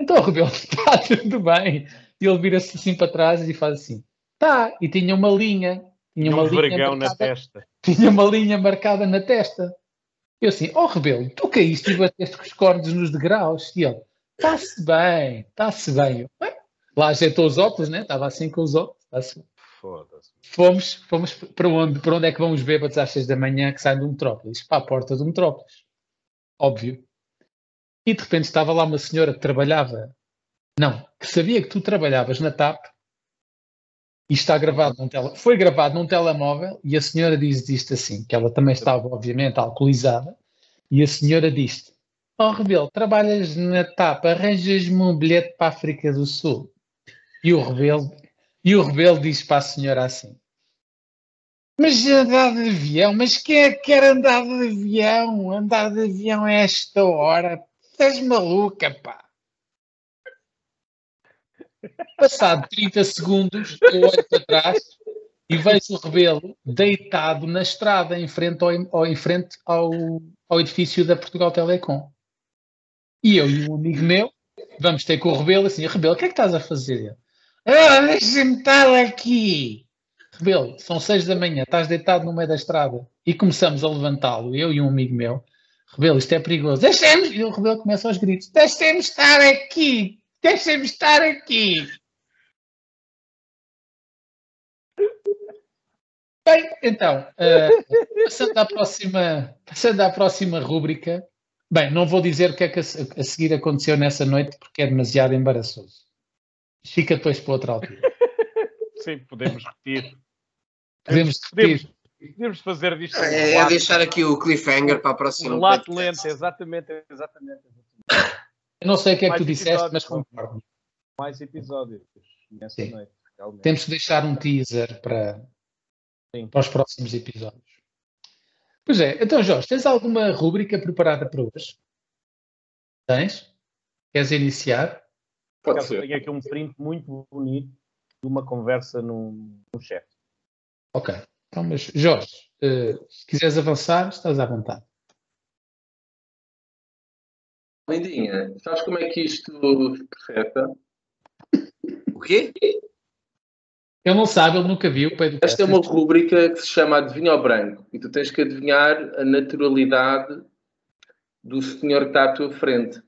B: então o Rebelo [laughs] está tudo bem. E ele vira-se assim para trás e faz assim: tá. E tinha uma linha. Tinha
D: Tinha
B: uma
D: um
B: linha
D: vergão na
B: marcada,
D: testa.
B: tinha uma linha marcada na testa. Eu assim, oh Rebelo, tu caíste e bateste com os cornos nos degraus. E ele, está-se bem, está-se bem. Eu, "Bem, Lá ajeitou os óculos, né? Estava assim com os óculos. Assim.
D: Foda-se.
B: Fomos, fomos para onde? Para onde é que vamos ver para às seis da manhã que saem do Metrópolis? Para a porta do Metrópolis. Óbvio. E de repente estava lá uma senhora que trabalhava, não, que sabia que tu trabalhavas na TAP e está gravado num tele... foi gravado num telemóvel e a senhora diz isto assim, que ela também estava obviamente alcoolizada, e a senhora diz ó oh, Rebelo, trabalhas na TAP, arranjas-me um bilhete para a África do Sul. E o Rebelo, e o Rebelo diz para a senhora assim, mas andar de avião, mas quem é que quer andar de avião? Andar de avião a esta hora? Estás maluca, pá. Passado 30 segundos, eu olho para trás e vejo o Rebelo deitado na estrada em frente ao, ao em frente ao, ao edifício da Portugal Telecom. E eu e um amigo meu vamos ter com o Rebelo assim: Rebelo, o que é que estás a fazer? Ah, deixa-me estar aqui. Rebelo, são seis da manhã, estás deitado no meio da estrada e começamos a levantá-lo, eu e um amigo meu. Rebelo, isto é perigoso. Deixemos! E o Rebelo começa aos gritos: Deixem-me estar aqui, Deixem-me estar aqui. Bem, então, uh, passando, à próxima, passando à próxima rúbrica. Bem, não vou dizer o que é que a, a, seguir aconteceu nessa noite, porque é demasiado embaraçoso. Fica depois para outra altura.
D: Sim, podemos repetir.
B: Podemos repetir.
D: Podemos, podemos fazer disto.
E: Um é, é, deixar assim, aqui o cliffhanger para a próxima.
D: Um lato lento, exatamente, exatamente. exatamente.
B: Eu não sei o que é que tu disseste, mas concordo.
D: Mais episódios nessa Sim. noite. Realmente.
B: Temos que deixar um teaser para, Sim. para os próximos episódios. Pois é, então Jorge, tens alguma rúbrica preparada para hoje? Tens? Queres iniciar?
D: Pode ser. Tenho aqui um print muito bonito de uma conversa num, num chat.
B: Ok. Então, mas Jorge, uh, se quiseres avançar, estás à vontade.
C: Lindinha, sabes como é que isto se projeta?
E: O quê?
B: Ele não sabe, ele nunca viu. Pedro
C: Esta é uma rubrica que se chama Adivinha ao Branco e tu tens que adivinhar a naturalidade do senhor que está à tua frente.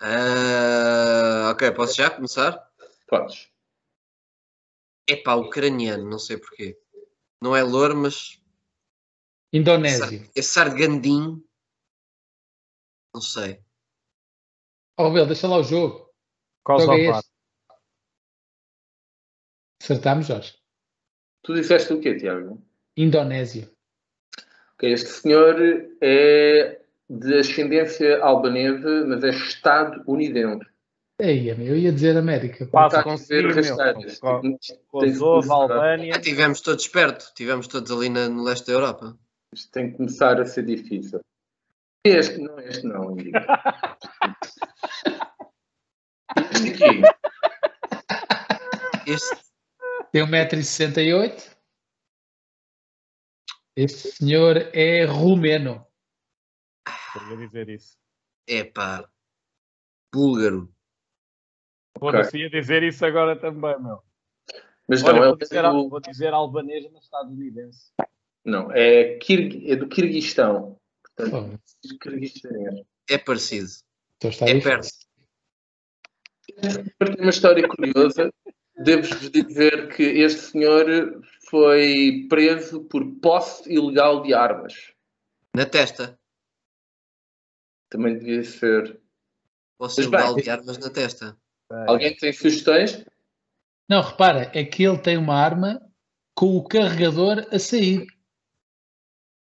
E: Ah, ok, posso já começar?
C: Podes.
E: É pá, ucraniano, não sei porquê. Não é louro, mas.
B: Indonésio.
E: É sargandim. Não sei.
B: Ó, oh, Bel, deixa lá o jogo.
D: Qual jogo é este?
B: Acertámos, Jorge.
C: Tu disseste o quê, Tiago?
B: Indonésio.
C: Okay, este senhor é de ascendência albanesa, mas é estadunidense.
B: Aí, eu ia dizer América.
D: Passa com Kosovo, Albânia.
E: Ah, tivemos todos perto, tivemos todos ali na, no leste da Europa.
C: Isto tem que começar a ser difícil. Este não, este não. Este aqui.
E: Este.
B: Tem 1,68m. Este senhor é rumeno.
D: Podia dizer isso.
E: É pá. Búlgaro.
D: Foda-se, okay. ia dizer isso agora também, meu.
C: Mas não, é
D: Olha, vou, dizer, do... vou dizer albanês, mas estadunidense.
C: Não, é, Kirg... é do Kirguistão. Portanto,
E: é parecido.
B: Então
E: é perto.
C: Para uma história curiosa, devo-vos dizer que este senhor foi preso por posse ilegal de armas.
E: Na testa.
C: Também devia ser.
E: Posse ilegal de armas na testa.
C: Alguém tem sugestões?
B: Não, repara, é que ele tem uma arma com o carregador a sair.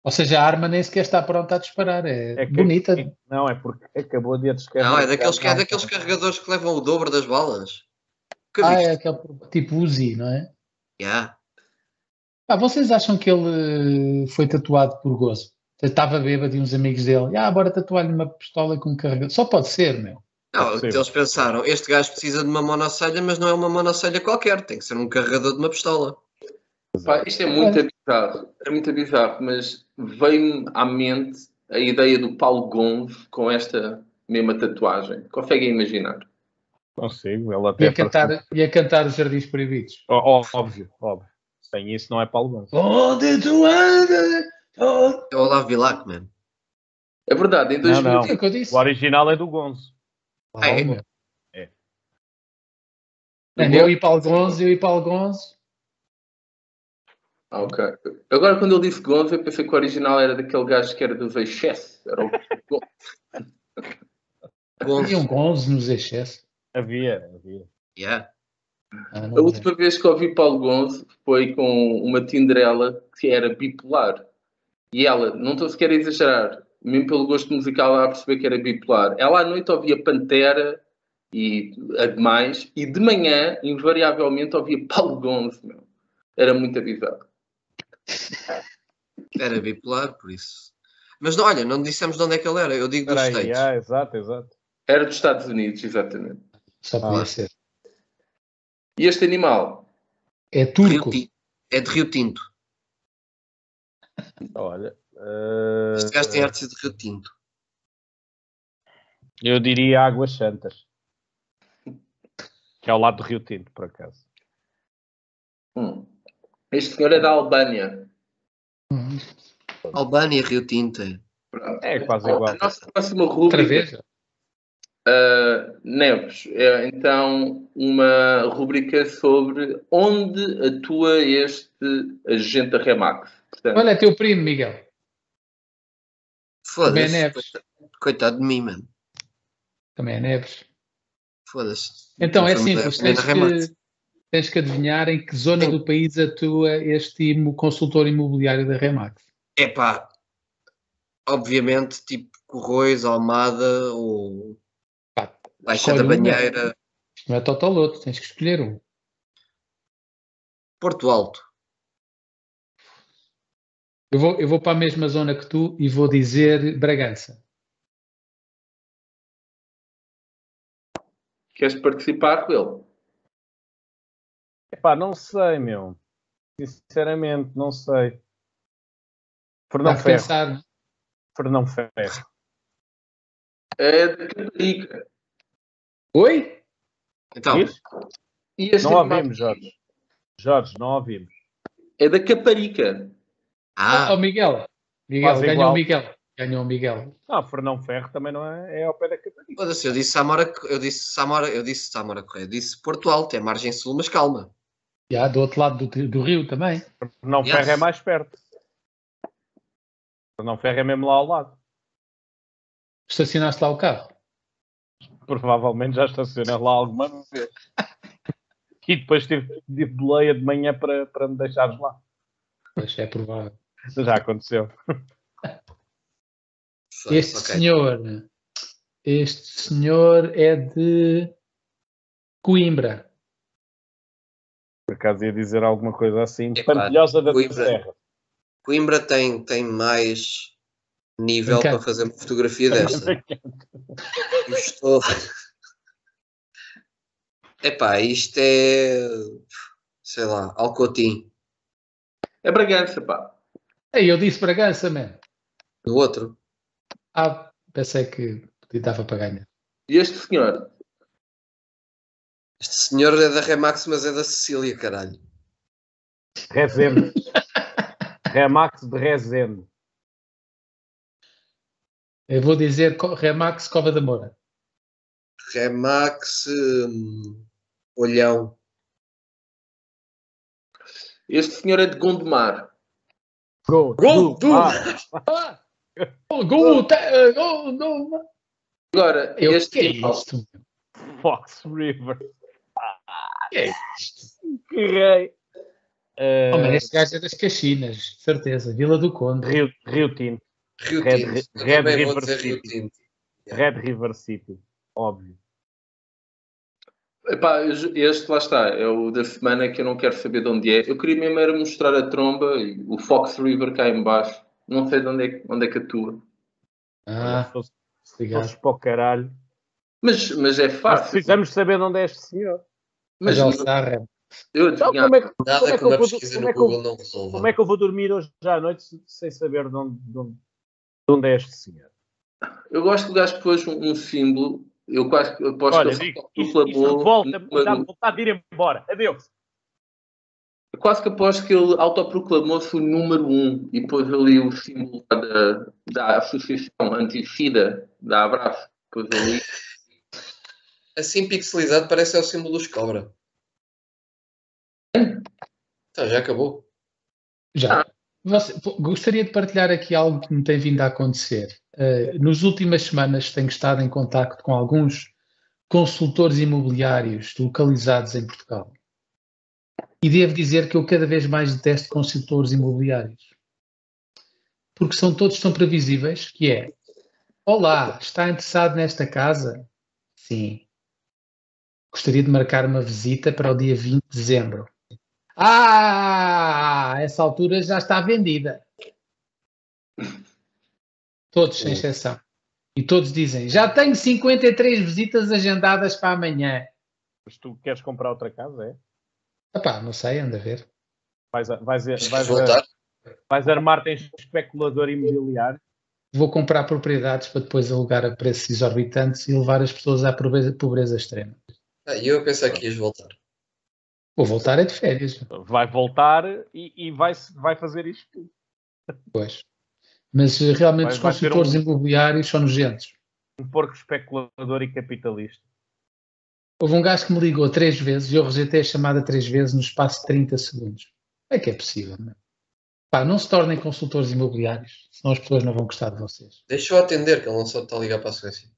B: Ou seja, a arma nem sequer está pronta a disparar. É, é que, bonita. É,
D: não, é porque acabou de a descarregar.
E: Não, é daqueles, é daqueles carregadores que levam o dobro das balas.
B: Que ah, viste? é aquele tipo Uzi, não é?
E: Yeah.
B: Ah, vocês acham que ele eh, foi tatuado por gozo? Eu estava bêbado de uns amigos dele. Ah, bora tatuar-lhe uma pistola com um carregador. Só pode ser, meu.
E: Não, Sim. eles pensaram, este gajo precisa de uma monocelha, mas não é uma monocelha qualquer, tem que ser um carregador de uma pistola.
C: Pá, isto é muito é. bizarro, é muito bizarro, mas veio-me à mente a ideia do Paulo Gonves com esta mesma tatuagem. Conseguem imaginar?
D: Consigo, ela até.
B: Ia cantar, parece... ia cantar os Jardins Proibidos.
D: Ó, óbvio, óbvio. Sem isso não é Paulo Gonves.
E: Onde tu andas? É o Olavo Bilac, mano.
C: É verdade, em
D: não, 2000. Não, é o, o original é do Gonzo.
E: Ah, é? é.
C: um,
B: Mano,
D: um,
B: eu e para Algonzo, eu e para Algonzo.
C: Ah, ok. Agora, quando ele disse Gonzo, eu pensei que o original era daquele gajo que era do Veixesse. Era o Gonzo.
B: Havia um Gonzo nos excessos.
D: Havia, havia.
E: Yeah.
B: Ah,
C: A
B: não sei.
C: última vez que ouvi Paulo Gonzo foi com uma Tinderela que era bipolar. E ela, não estou sequer a exagerar, mesmo pelo gosto musical, ela a perceber que era bipolar. Ela à noite ouvia Pantera e a demais, e de manhã, invariavelmente, ouvia Paulo Gonzo. Meu. Era muito avisado.
E: Era bipolar, por isso. Mas não, olha, não dissemos de onde é que ele era. Eu digo dos
D: Espera aí,
E: States.
D: ah, exato, exato.
C: Era dos Estados Unidos, exatamente.
B: Só podia
D: Ah.
B: ser.
C: E este animal?
B: É
E: Rio
B: turco.
E: Tinto. É de Rio Tinto.
D: Olha. eh,
E: Este gajo tem arte de Rio Tinto.
D: Eu diria Águas Santas. Que é ao lado do Rio Tinto, por acaso.
C: Hum. Este senhor é da Albânia.
B: Uhum.
E: Albânia, Rio Tinto.
C: Pronto.
D: É quase
C: A-
D: igual.
C: A nossa próxima
B: Outra
C: rubrica
B: vez?
C: Uh, Neves, é, então uma rubrica sobre onde atua este agente da Remax. Portanto,
B: Olha, é teu primo, Miguel. Também é
E: Foda-se.
B: Neves.
E: Coitado de mim, mano.
B: Também é Neves.
E: Foda-se.
B: Então é
E: Somos da-
B: simples,
E: da
B: tens
E: Remate.
B: que, tens que adivinhar em que zona do país atua este imo- consultor imobiliário da Remax.
E: Epá, obviamente, tipo Corroios, Almada ou
B: Pá,
E: Baixa da
B: escolhe um, né?
E: Banheira,
B: Isto não é total outro, tens que escolher um.
E: Porto Alto.
B: Eu vou, eu vou para a mesma zona que tu e vou dizer Bragança.
C: queres participar com ele?
D: Epá, não sei, meu. Sinceramente, não sei.
B: Dá
D: Fernão
B: que
D: Ferro.
B: pensar, não? é?
D: Fernão Ferro.
C: É de Caparica.
B: Oi?
E: Então, é
D: Diz?
C: E este
D: Não
C: animal
D: ouvimos, Jorge. Jorge, não ouvimos.
C: É da Caparica.
E: ah,
B: Oh, Miguel. Miguel,
D: Quase
B: ganhou
D: igual.
B: o Miguel. Ganhou o Miguel.
D: Ah, Fernão Ferro também não é, é ao pé da Catarina.
E: foda-se, eu disse Samora, eu disse Samora, eu disse Samora Correia, eu disse Porto Alto, é margem sul, mas calma.
B: Já do outro lado do, tri- do rio também.
D: Fernão
E: Yes.
D: Ferro é mais perto. Fernão Ferro é mesmo lá ao lado.
B: Estacionaste lá o carro.
D: Provavelmente já estacionei lá alguma vez. E depois tive, tive boleia de manhã para, para me deixares lá.
B: Pois é provável.
D: Já aconteceu.
B: Este
E: Ok.
B: senhor, este senhor é de Coimbra.
D: Por acaso ia dizer alguma coisa assim.
E: Epá, é.
D: Pantelhosa da
E: Coimbra.
D: Serra.
E: Coimbra tem, tem mais nível
B: Vem cá.
E: para fazer uma fotografia desta. Eu estou. [laughs] Epá, isto é. Sei lá, Alcotim.
C: É Bragança, pá.
B: Ei, eu disse Bragança, man.
E: Do outro.
B: Ah, pensei que dava para ganhar.
C: E este senhor?
E: Este senhor é da Remax, mas é da Sicília, caralho. [laughs]
D: Rezende. Remax de Rezende.
B: Eu vou dizer Co- Remax Cova da Moura.
E: Remax. hum, Olhão.
C: Este senhor é de Gondomar.
D: Go,
E: Go, do.
D: Ah,
B: Oh, gol, tá, eh, gol, gol, mano.
C: Agora,
B: Eu,
C: este
B: que é
C: animal-
B: isto?
D: Fox River.
B: Que é isto?
D: Que rei. Eh,
B: Oh, mano, este gajo é das Caxinas, certeza. Vila do Conde.
D: Rio, Rio Tinto.
E: Rio
D: Red-
E: Tinto. Eu
D: Red
E: também vou
D: River
E: dizer Rio
D: City.
E: Tinto.
D: Red River City. Óbvio.
C: Epá, este lá está, é o da semana que eu não quero saber de onde é. Eu queria mesmo era mostrar a tromba e o Fox River cá em baixo. Não sei de onde é, que- onde é que atua.
D: Olha,
B: Ah,
D: se fosse- se
B: obrigado.
D: fosses para o caralho.
C: Mas, mas é
D: Nós
C: fácil.
D: precisamos saber de onde é este senhor.
C: Mas
B: Miguel
C: eu-
B: Sarra.
C: eu
D: Então,
C: adivinhava.
D: como, é, que- como
E: Nada
D: é
E: que
D: que eu
E: uma
D: vou-
E: pesquisa
D: como
E: no
D: é que eu-
E: Google não resolva.
D: como é que eu vou dormir hoje à noite se- sem saber de onde, de onde, de onde é este senhor?
C: Eu gosto do gajo que pôs um, um símbolo. Eu quase eu aposto
D: Olha,
C: que ele
D: digo,
C: só
D: isto, isto
C: autoclamou
D: revolta-me,
C: numa-
D: dá-me vontade de ir embora. Adeus.
C: um. eu quase que aposto que ele autoproclamou-se o número um e pôs ali o símbolo lá da, da Associação Anticida, da Abraço. Pôs ali.
E: Assim pixelizado parece é o símbolo dos cobra. Então, já acabou.
B: Já. Você- pô, gostaria de partilhar aqui algo que me tem vindo a acontecer. Eh, nos últimas semanas tenho estado em contacto com alguns consultores imobiliários localizados em Portugal. E devo dizer que eu cada vez mais detesto consultores imobiliários. Porque são todos tão previsíveis que é Olá, está interessado nesta casa? Sim. Gostaria de marcar uma visita para o dia 20 de dezembro. Ah, essa altura já está vendida. Todos, sem exceção. E todos dizem: já tenho 53 visitas agendadas para amanhã.
D: Mas tu queres comprar outra casa, é?
B: Epá, não sei, anda a ver.
D: Vais, a- vais, a-
E: Mas
D: vais, a-
E: voltar.
D: vais armar-te em especulador imobiliário.
B: Vou comprar propriedades para depois alugar a preços exorbitantes e levar as pessoas à pobreza, pobreza extrema.
E: Ah, e eu a pensar que ias voltar.
B: Vou voltar é de férias.
D: Vai voltar e, e vai, vai fazer isto tudo.
B: Mas eh, realmente
D: Vai-
B: os
D: vai ter
B: consultores
D: um-
B: imobiliários são nojentos.
D: Um porco especulador e capitalista.
B: Houve um gajo que me ligou três vezes e eu rejeitei a chamada três vezes no espaço de 30 segundos. É que é possível, não é? Pá, não se tornem consultores imobiliários, senão as pessoas não vão gostar de vocês.
E: Deixa eu atender, que ele não só está a ligar para a Suécia.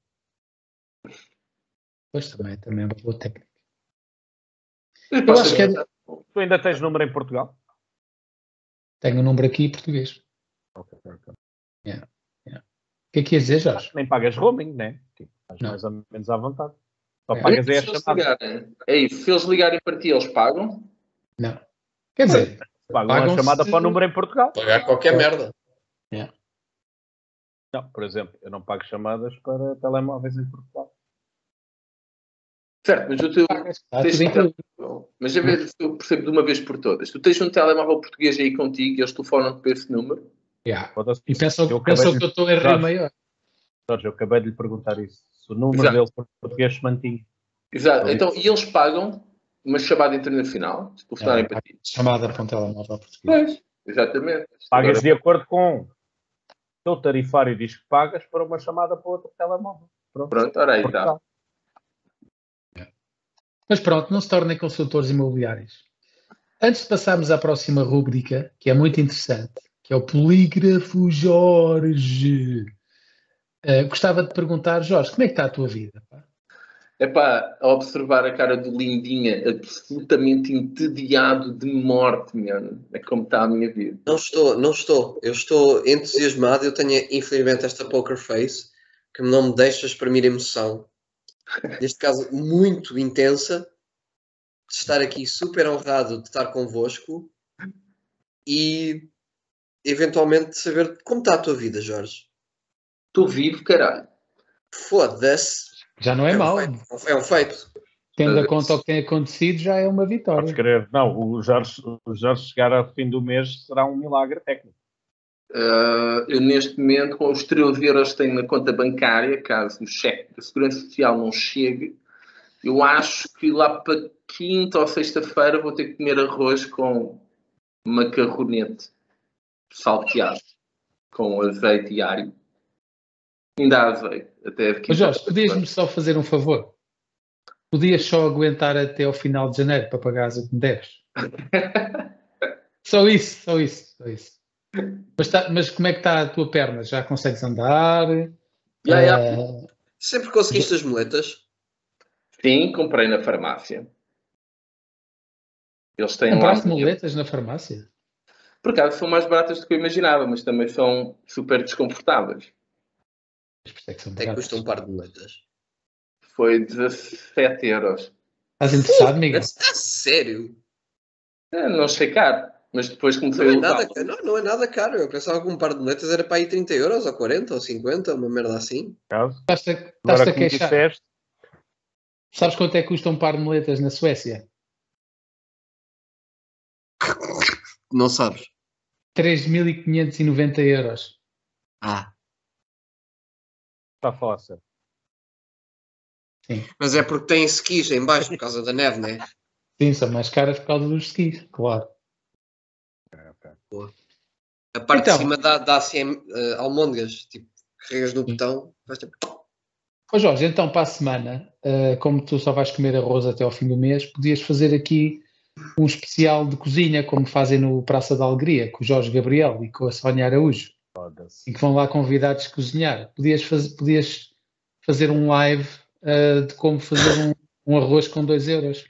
B: Pois também, também é uma boa técnica.
C: Eu
B: acho que é-
D: Tu ainda tens número em Portugal?
B: Tenho o número aqui em português. Yeah, yeah. O que é que ias dizer, Jorge?
D: Nem pagas roaming, né? Tipo, estás
B: Não.
D: mais ou menos à vontade. Só
B: É.
D: pagas é a
C: se eles
D: chamada.
C: ligarem, é isso, se eles ligarem para ti, eles pagam?
B: Quer dizer,
D: Pagam a
B: Pagam-se-
D: chamada para o número em Portugal.
E: Pagar qualquer merda.
D: Não, por exemplo, eu não pago chamadas para telemóveis em Portugal.
C: Certo, mas o teu.
B: está
C: Tens
B: Ah, tudo
C: de-
B: incluído.
C: Mas a ver se eu percebo de uma vez por todas. Tu tens um telemóvel português aí contigo e eles telefonam-te para esse número?
B: Yeah.
D: Foda-se,
B: E pensam,
D: Eu acabei
B: pensam
D: de-
B: que eu estou em Rio
D: Jorge.
B: Maior.
D: Jorge, eu acabei de lhe perguntar isso. Se o número
C: Exato.
D: dele por português se mantinha.
C: Exato.
D: Sim.
C: Então, e eles pagam uma chamada internacional, se telefonarem
B: É,
C: para ti?
B: Chamada para um telemóvel português.
C: Pois. Exatamente.
D: Pagas
C: Agora,
D: de acordo com o teu tarifário diz que pagas para uma chamada para outro telemóvel. Pronto.
C: Pronto, ora aí está.
D: Portugal.
B: Mas pronto, não se tornem consultores imobiliários. Antes de passarmos à próxima rúbrica, que é muito interessante, que é o Polígrafo Jorge. Eh, gostava de perguntar, Jorge, como é que está a tua vida? pá?
C: É pá, a observar a cara do Lindinha absolutamente entediado de morte, mano. É como está a minha vida.
E: Não estou, não estou. Eu estou entusiasmado. Eu tenho, infelizmente, esta poker face que não me deixa exprimir emoção. Neste caso, muito intensa. De estar aqui super honrado de estar convosco e eventualmente saber como está a tua vida, Jorge.
C: Estou vivo, caralho.
E: Foda-se.
B: Já não é mau.
E: Um feito, é um feito.
B: Tendo a conta o que tem acontecido, já é uma
D: Podes
B: vitória.
D: crer. Não, o Jorge, o Jorge chegar ao fim do mês será um milagre técnico.
C: Ah, eu, neste momento, com os 13 euros que tenho na conta bancária, caso o cheque da Segurança Social não chegue, eu acho que lá para quinta ou sexta-feira vou ter que comer arroz com macarronete salteado com azeite e alho. Ainda há azeite. Até quinta
B: Mas Jorge,
C: ou
B: podias-me só fazer um favor? Podias só aguentar até ao final de janeiro para pagares o que me deves? só isso, só isso, só isso. Mas, tá- mas como é que está a tua perna? Já consegues andar?
C: Ya, ya.
B: Eh,
E: Sempre conseguiste as moletas? é
C: Sim, comprei na farmácia. Eles
B: É
C: têm lá.
B: Compraste moletas na farmácia?
C: Por acaso são mais baratas do que eu imaginava, mas também são super desconfortáveis.
B: Mas por isso é que são
E: Até que
B: baratas.
E: custa um par de moletas.
C: Foi 17 euros.
B: Estás interessado, Miguel?
E: Mas está É sério?
C: É, não achei caro, mas depois comecei
E: Não é,
C: a usar.
E: nada, ca- não, não é nada caro. Eu pensava que um par de moletas era para aí 30 euros ou 40 ou 50, uma merda assim.
D: Caso.
B: Estás-te a, estás-te
D: Agora é-
B: a
D: que me
B: queixar.
D: disseste,
B: Sabes quanto é que custa um par de moletas na Suécia?
E: Não sabes?
B: 3.590 euros.
E: Ah.
D: está Tá a falar sério.
E: Mas é porque tem skis em baixo por causa da neve, não é?
B: Sim, são mais caras por causa dos skis, claro.
E: A parte
B: Então.
E: de cima dá, dá assim eh, almôndegas. Tipo, carregas no botão. Faz tipo...
B: Ô Jorge, então para a semana, eh, como tu só vais comer arroz até ao fim do mês, podias fazer aqui um especial de cozinha, como fazem no Praça da Alegria, com o Jorge Gabriel e com a Sónia Araújo, em que vão lá convidados cozinhar. Podias, faz, podias fazer um live uh, de como fazer um, um arroz com 2 euros.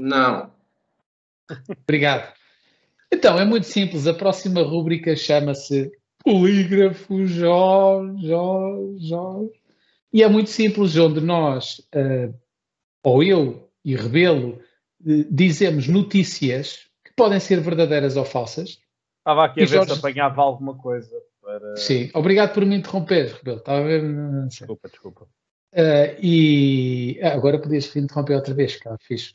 C: Não.
B: Obrigado. Então, é muito simples. A próxima rúbrica chama-se Polígrafo Jorge, Jorge, Jorge. E é muito simples, onde nós, uh, ou eu e Rebelo, uh, dizemos notícias que podem ser verdadeiras ou falsas.
D: Estava aqui a e ver Jorge... se apanhava alguma coisa. Para...
B: Sim, obrigado por me interromper, Rebelo. Estava a ver.
D: Desculpa, desculpa.
B: Uh, e ah, agora podias me interromper outra vez, cara, fixe.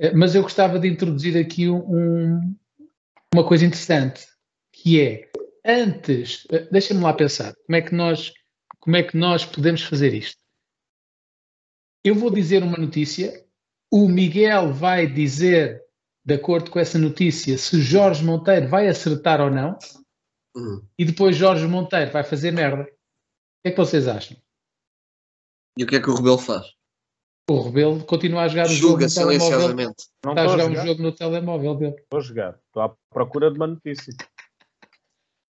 B: Ah, mas eu gostava de introduzir aqui um, uma coisa interessante, que é antes, ah, deixa-me lá pensar, como é que nós como é que nós podemos fazer isto? Eu vou dizer uma notícia, o Miguel vai dizer, de acordo com essa notícia, se Jorge Monteiro vai acertar ou não, uhum. e depois Jorge Monteiro vai fazer merda. O que é que vocês acham?
E: E o que é que o Rebelo faz?
B: O Rebelo continua a jogar o
E: Julga
B: jogo no
E: silenciosamente.
B: telemóvel. Não Está a jogar, jogar um jogo no telemóvel dele.
D: Estou a jogar. Estou à procura de uma notícia.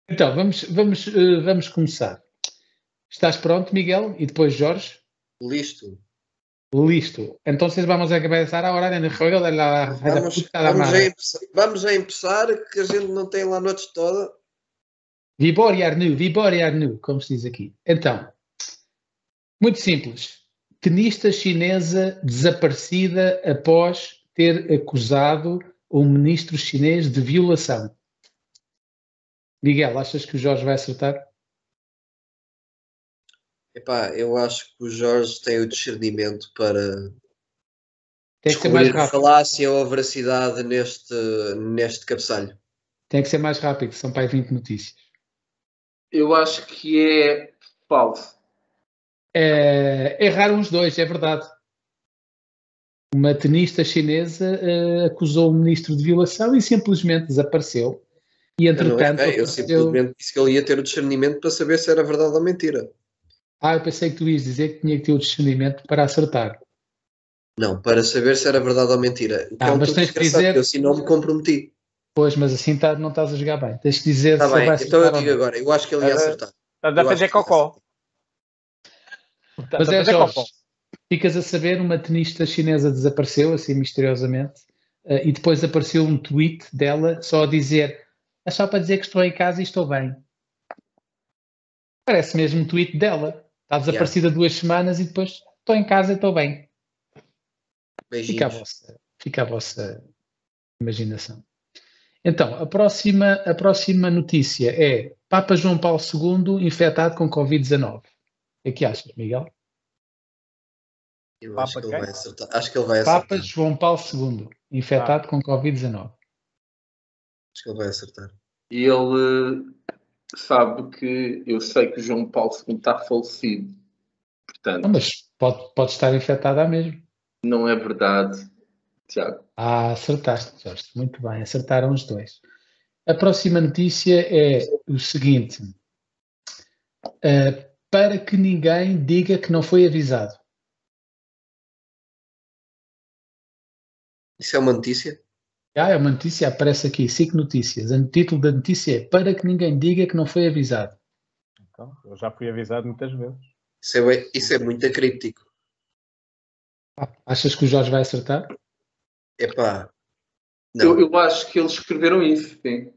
B: Então, vamos, vamos, vamos começar. Estás pronto, Miguel? E depois Jorge?
E: Listo.
B: Listo. Então vamos a começar agora no jogo da la,
E: vamos, puta da madre. Vamos a empezar, que a gente não tem lá noite toda.
B: Viboria nu, Viboria nu, como se diz aqui. Então, muito simples. Tenista chinesa desaparecida após ter acusado um ministro chinês de violação. Miguel, achas que o Jorge vai acertar?
E: Epá, eu acho que o Jorge tem o discernimento para
B: tem que ser mais rápido.
E: falácia ou a veracidade neste, neste cabeçalho. é
B: Tem que ser mais rápido, são para 20 notícias.
C: Eu acho que é falso.
B: É, erraram os dois, é verdade. Uma tenista chinesa uh, acusou o ministro de violação e simplesmente desapareceu. E entretanto.
E: Eu, eu simplesmente disse que ele ia ter o discernimento para saber se era verdade ou mentira.
B: Ah, eu pensei que tu ias dizer que tinha que ter o discernimento para acertar.
E: Não, para saber se era verdade ou mentira.
B: Ah, é um mas tens que dizer.
E: Eu assim não me comprometi.
B: Pois, mas assim tá, não estás a jogar bem. Tens que dizer
E: tá se bem, Então eu digo agora, eu acho que ele ia acertar.
D: Estás Tá a fazer cocó. Tá
B: Mas é Jorge, ficas a saber, uma tenista chinesa desapareceu, assim misteriosamente, eh, e depois apareceu um tweet dela só a dizer: é só para dizer que estou em casa e estou bem. Parece mesmo um tweet dela. Está desaparecida yeah. duas semanas e depois estou em casa e estou bem.
E: Beijinhos.
B: Fica a, vossa, fica a vossa imaginação. Então, a próxima, a próxima notícia é Papa João Paulo II infectado com Covid-19. O que é que achas, Miguel?
E: Eu acho, Papa que ele vai acertar. acho que ele vai
B: Papa
E: acertar.
B: Papa João Paulo II infectado ah. com Covid-19.
E: Acho que ele vai acertar.
C: E ele eh, sabe que eu sei que o João Paulo II está falecido. Portanto,
B: não, mas pode, pode estar infectado à mesma.
C: Não é verdade, Tiago.
B: Ah, acertaste, Jorge. Muito bem, acertaram os dois. A próxima notícia é o seguinte: uh, para que ninguém diga que não foi avisado.
E: Isso é uma notícia?
B: Ah, é uma notícia, aparece aqui, SIC Notícias. O título da notícia é Para que ninguém diga que não foi avisado.
D: Então, eu já fui avisado muitas vezes.
E: Isso é, isso é muito acríptico.
B: Ah, achas que o Jorge vai acertar?
E: Epá.
C: Não. Eu, eu acho que eles escreveram isso, sim.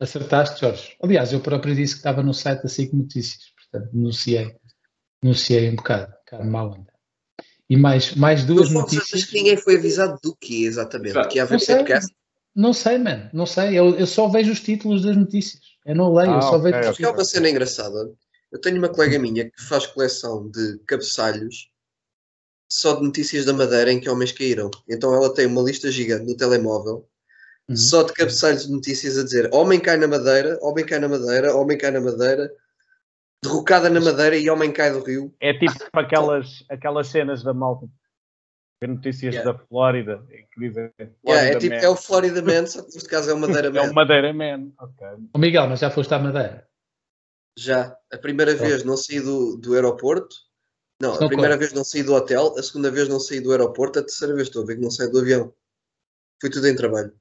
B: Acertaste, Jorge. Aliás, eu próprio disse que estava no site da SIC Notícias, portanto, denunciei, denunciei um bocado, cara, mal anda. E mais, mais duas
E: não
B: notícias. Achas
E: que ninguém foi avisado do que exatamente? Claro. Que ia haver
B: não sei, podcast? Não sei, mano. Não sei. Eu, eu só vejo os títulos das notícias. Eu não leio, ah, eu só okay, vejo.
E: Acho que é uma cena engraçada. Eu tenho uma colega minha que faz coleção de cabeçalhos só de notícias da Madeira em que homens caíram. Então ela tem uma lista gigante no telemóvel uhum. só de cabeçalhos de notícias a dizer homem cai na Madeira, homem cai na Madeira, homem cai na Madeira derrocada na madeira e homem cai do rio.
D: É tipo aquelas, aquelas cenas da malta. Notícias yeah. da Flórida que dizem. Florida
E: yeah, é, tipo, é o Florida Man, só que neste caso é o Madeira
D: [laughs]
E: Man.
D: é o Madeira Man, ok.
B: Oh, Miguel, mas já foste à Madeira?
E: Já, a primeira vez não saí do, do aeroporto, Não, a primeira vez não saí do hotel, a segunda vez não saí do aeroporto, a terceira vez estou a ver que não saí do avião. Foi tudo em trabalho.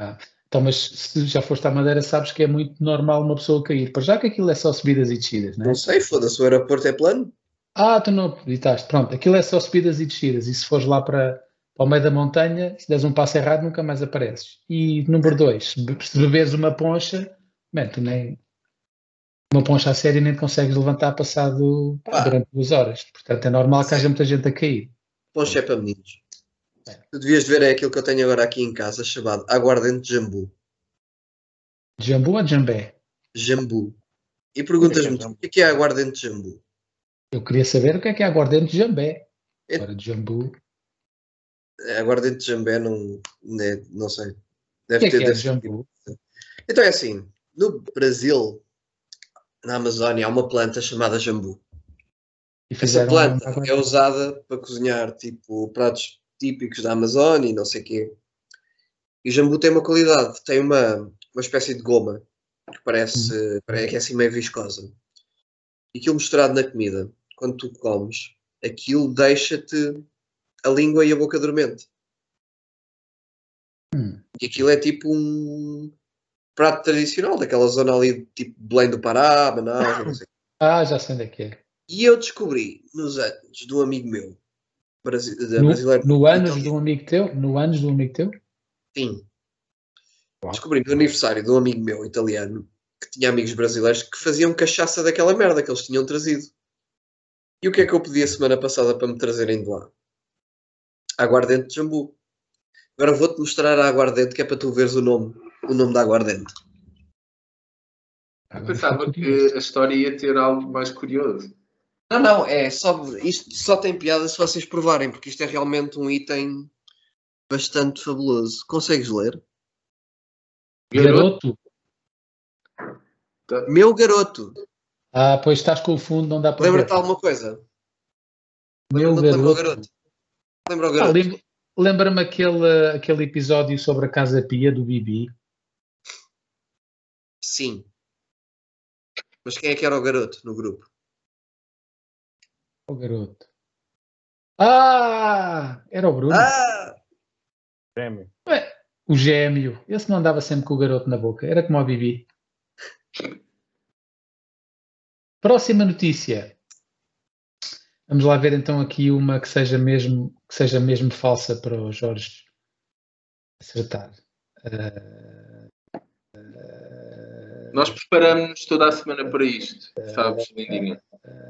B: Ah, então, mas se já foste à Madeira, sabes que é muito normal uma pessoa cair. Para já que aquilo é só subidas e descidas, não é?
E: Não sei, foda-se, o aeroporto é plano.
B: Ah, tu não acreditaste. Pronto, aquilo é só subidas e descidas. E se fores lá para, ao meio da montanha, se des um passo errado, nunca mais apareces. E número dois, se bebes uma poncha, man, tu nem. Uma poncha a sério nem te consegues levantar passado pá,
E: Pá.
B: durante duas horas. Portanto, é normal que haja muita gente a cair.
E: Poncha é para meninos. Tu devias ver é aquilo que eu tenho agora aqui em casa, chamado aguardente de jambu.
B: Jambu ou jambé?
E: Jambu. E perguntas-me,
D: Jambu.
E: o que é que é aguardente de jambu?
B: Eu queria saber o que é que é aguardente de jambé.
E: É-
B: Agora, de jambu.
E: É, Aguardente de jambé, não, né, não sei.
B: O que
E: Deve
B: é que
E: ter,
B: é
E: deve
B: jambu?
E: Então é assim, no Brasil, na Amazónia, há uma planta chamada jambu.
B: E
E: Essa
B: fizeram
E: planta
B: uma-
E: é usada para cozinhar tipo pratos típicos da Amazónia e não sei o quê. E o jambu tem uma qualidade, tem uma, uma espécie de goma que parece,
B: Uhum.
E: parece que é assim meio viscosa. E aquilo misturado na comida, quando tu comes, aquilo deixa-te a língua e a boca dormente.
B: Hum.
E: E aquilo é tipo um prato tradicional daquela zona ali, tipo Belém do Pará, Manaus, não sei
B: Ah, já sei onde é que é.
E: e eu descobri nos anos de um amigo meu, brasi- de-
B: No,
E: brasileiro.
B: no anos de
E: italiano,
B: um amigo teu? No anos de um amigo teu?
E: Sim. Descobri no aniversário de um amigo meu italiano, que tinha amigos brasileiros, que faziam cachaça daquela merda que eles tinham trazido. E o que é que eu pedi a semana passada para me trazerem de lá? Aguardente de jambu. Agora vou-te mostrar a aguardente, que é para tu veres o nome, o nome da aguardente.
B: Agora
C: Pensava
B: fico
C: que
B: curioso.
C: a história ia ter algo mais curioso.
E: Não, não, é só. Isto só tem piada se vocês provarem, porque isto é realmente um item bastante fabuloso. Consegues ler?
B: Garoto.
E: Meu garoto,
B: Ah, pois estás com o fundo, não dá para
E: lembra-te de
B: ver.
E: alguma coisa?
B: Meu
E: Não te lembra o
B: garoto.
E: garoto? Lembra o
B: Ah,
E: garoto?
B: lembro- Lembra-me aquele, aquele episódio sobre a Casa Pia do Bibi.
E: Sim. Mas quem é que era o garoto no grupo?
B: O Oh, garoto. Ah! Era o Bruno.
E: Ah!
D: Gêmeo.
B: O gêmeo. Esse não andava sempre com o garoto na boca. Era como o Bibi. Próxima notícia. Vamos lá ver então aqui uma que seja mesmo, que seja mesmo falsa para o Jorge acertar.
C: Nós preparamos toda a semana para isto, sabes, Lindinha?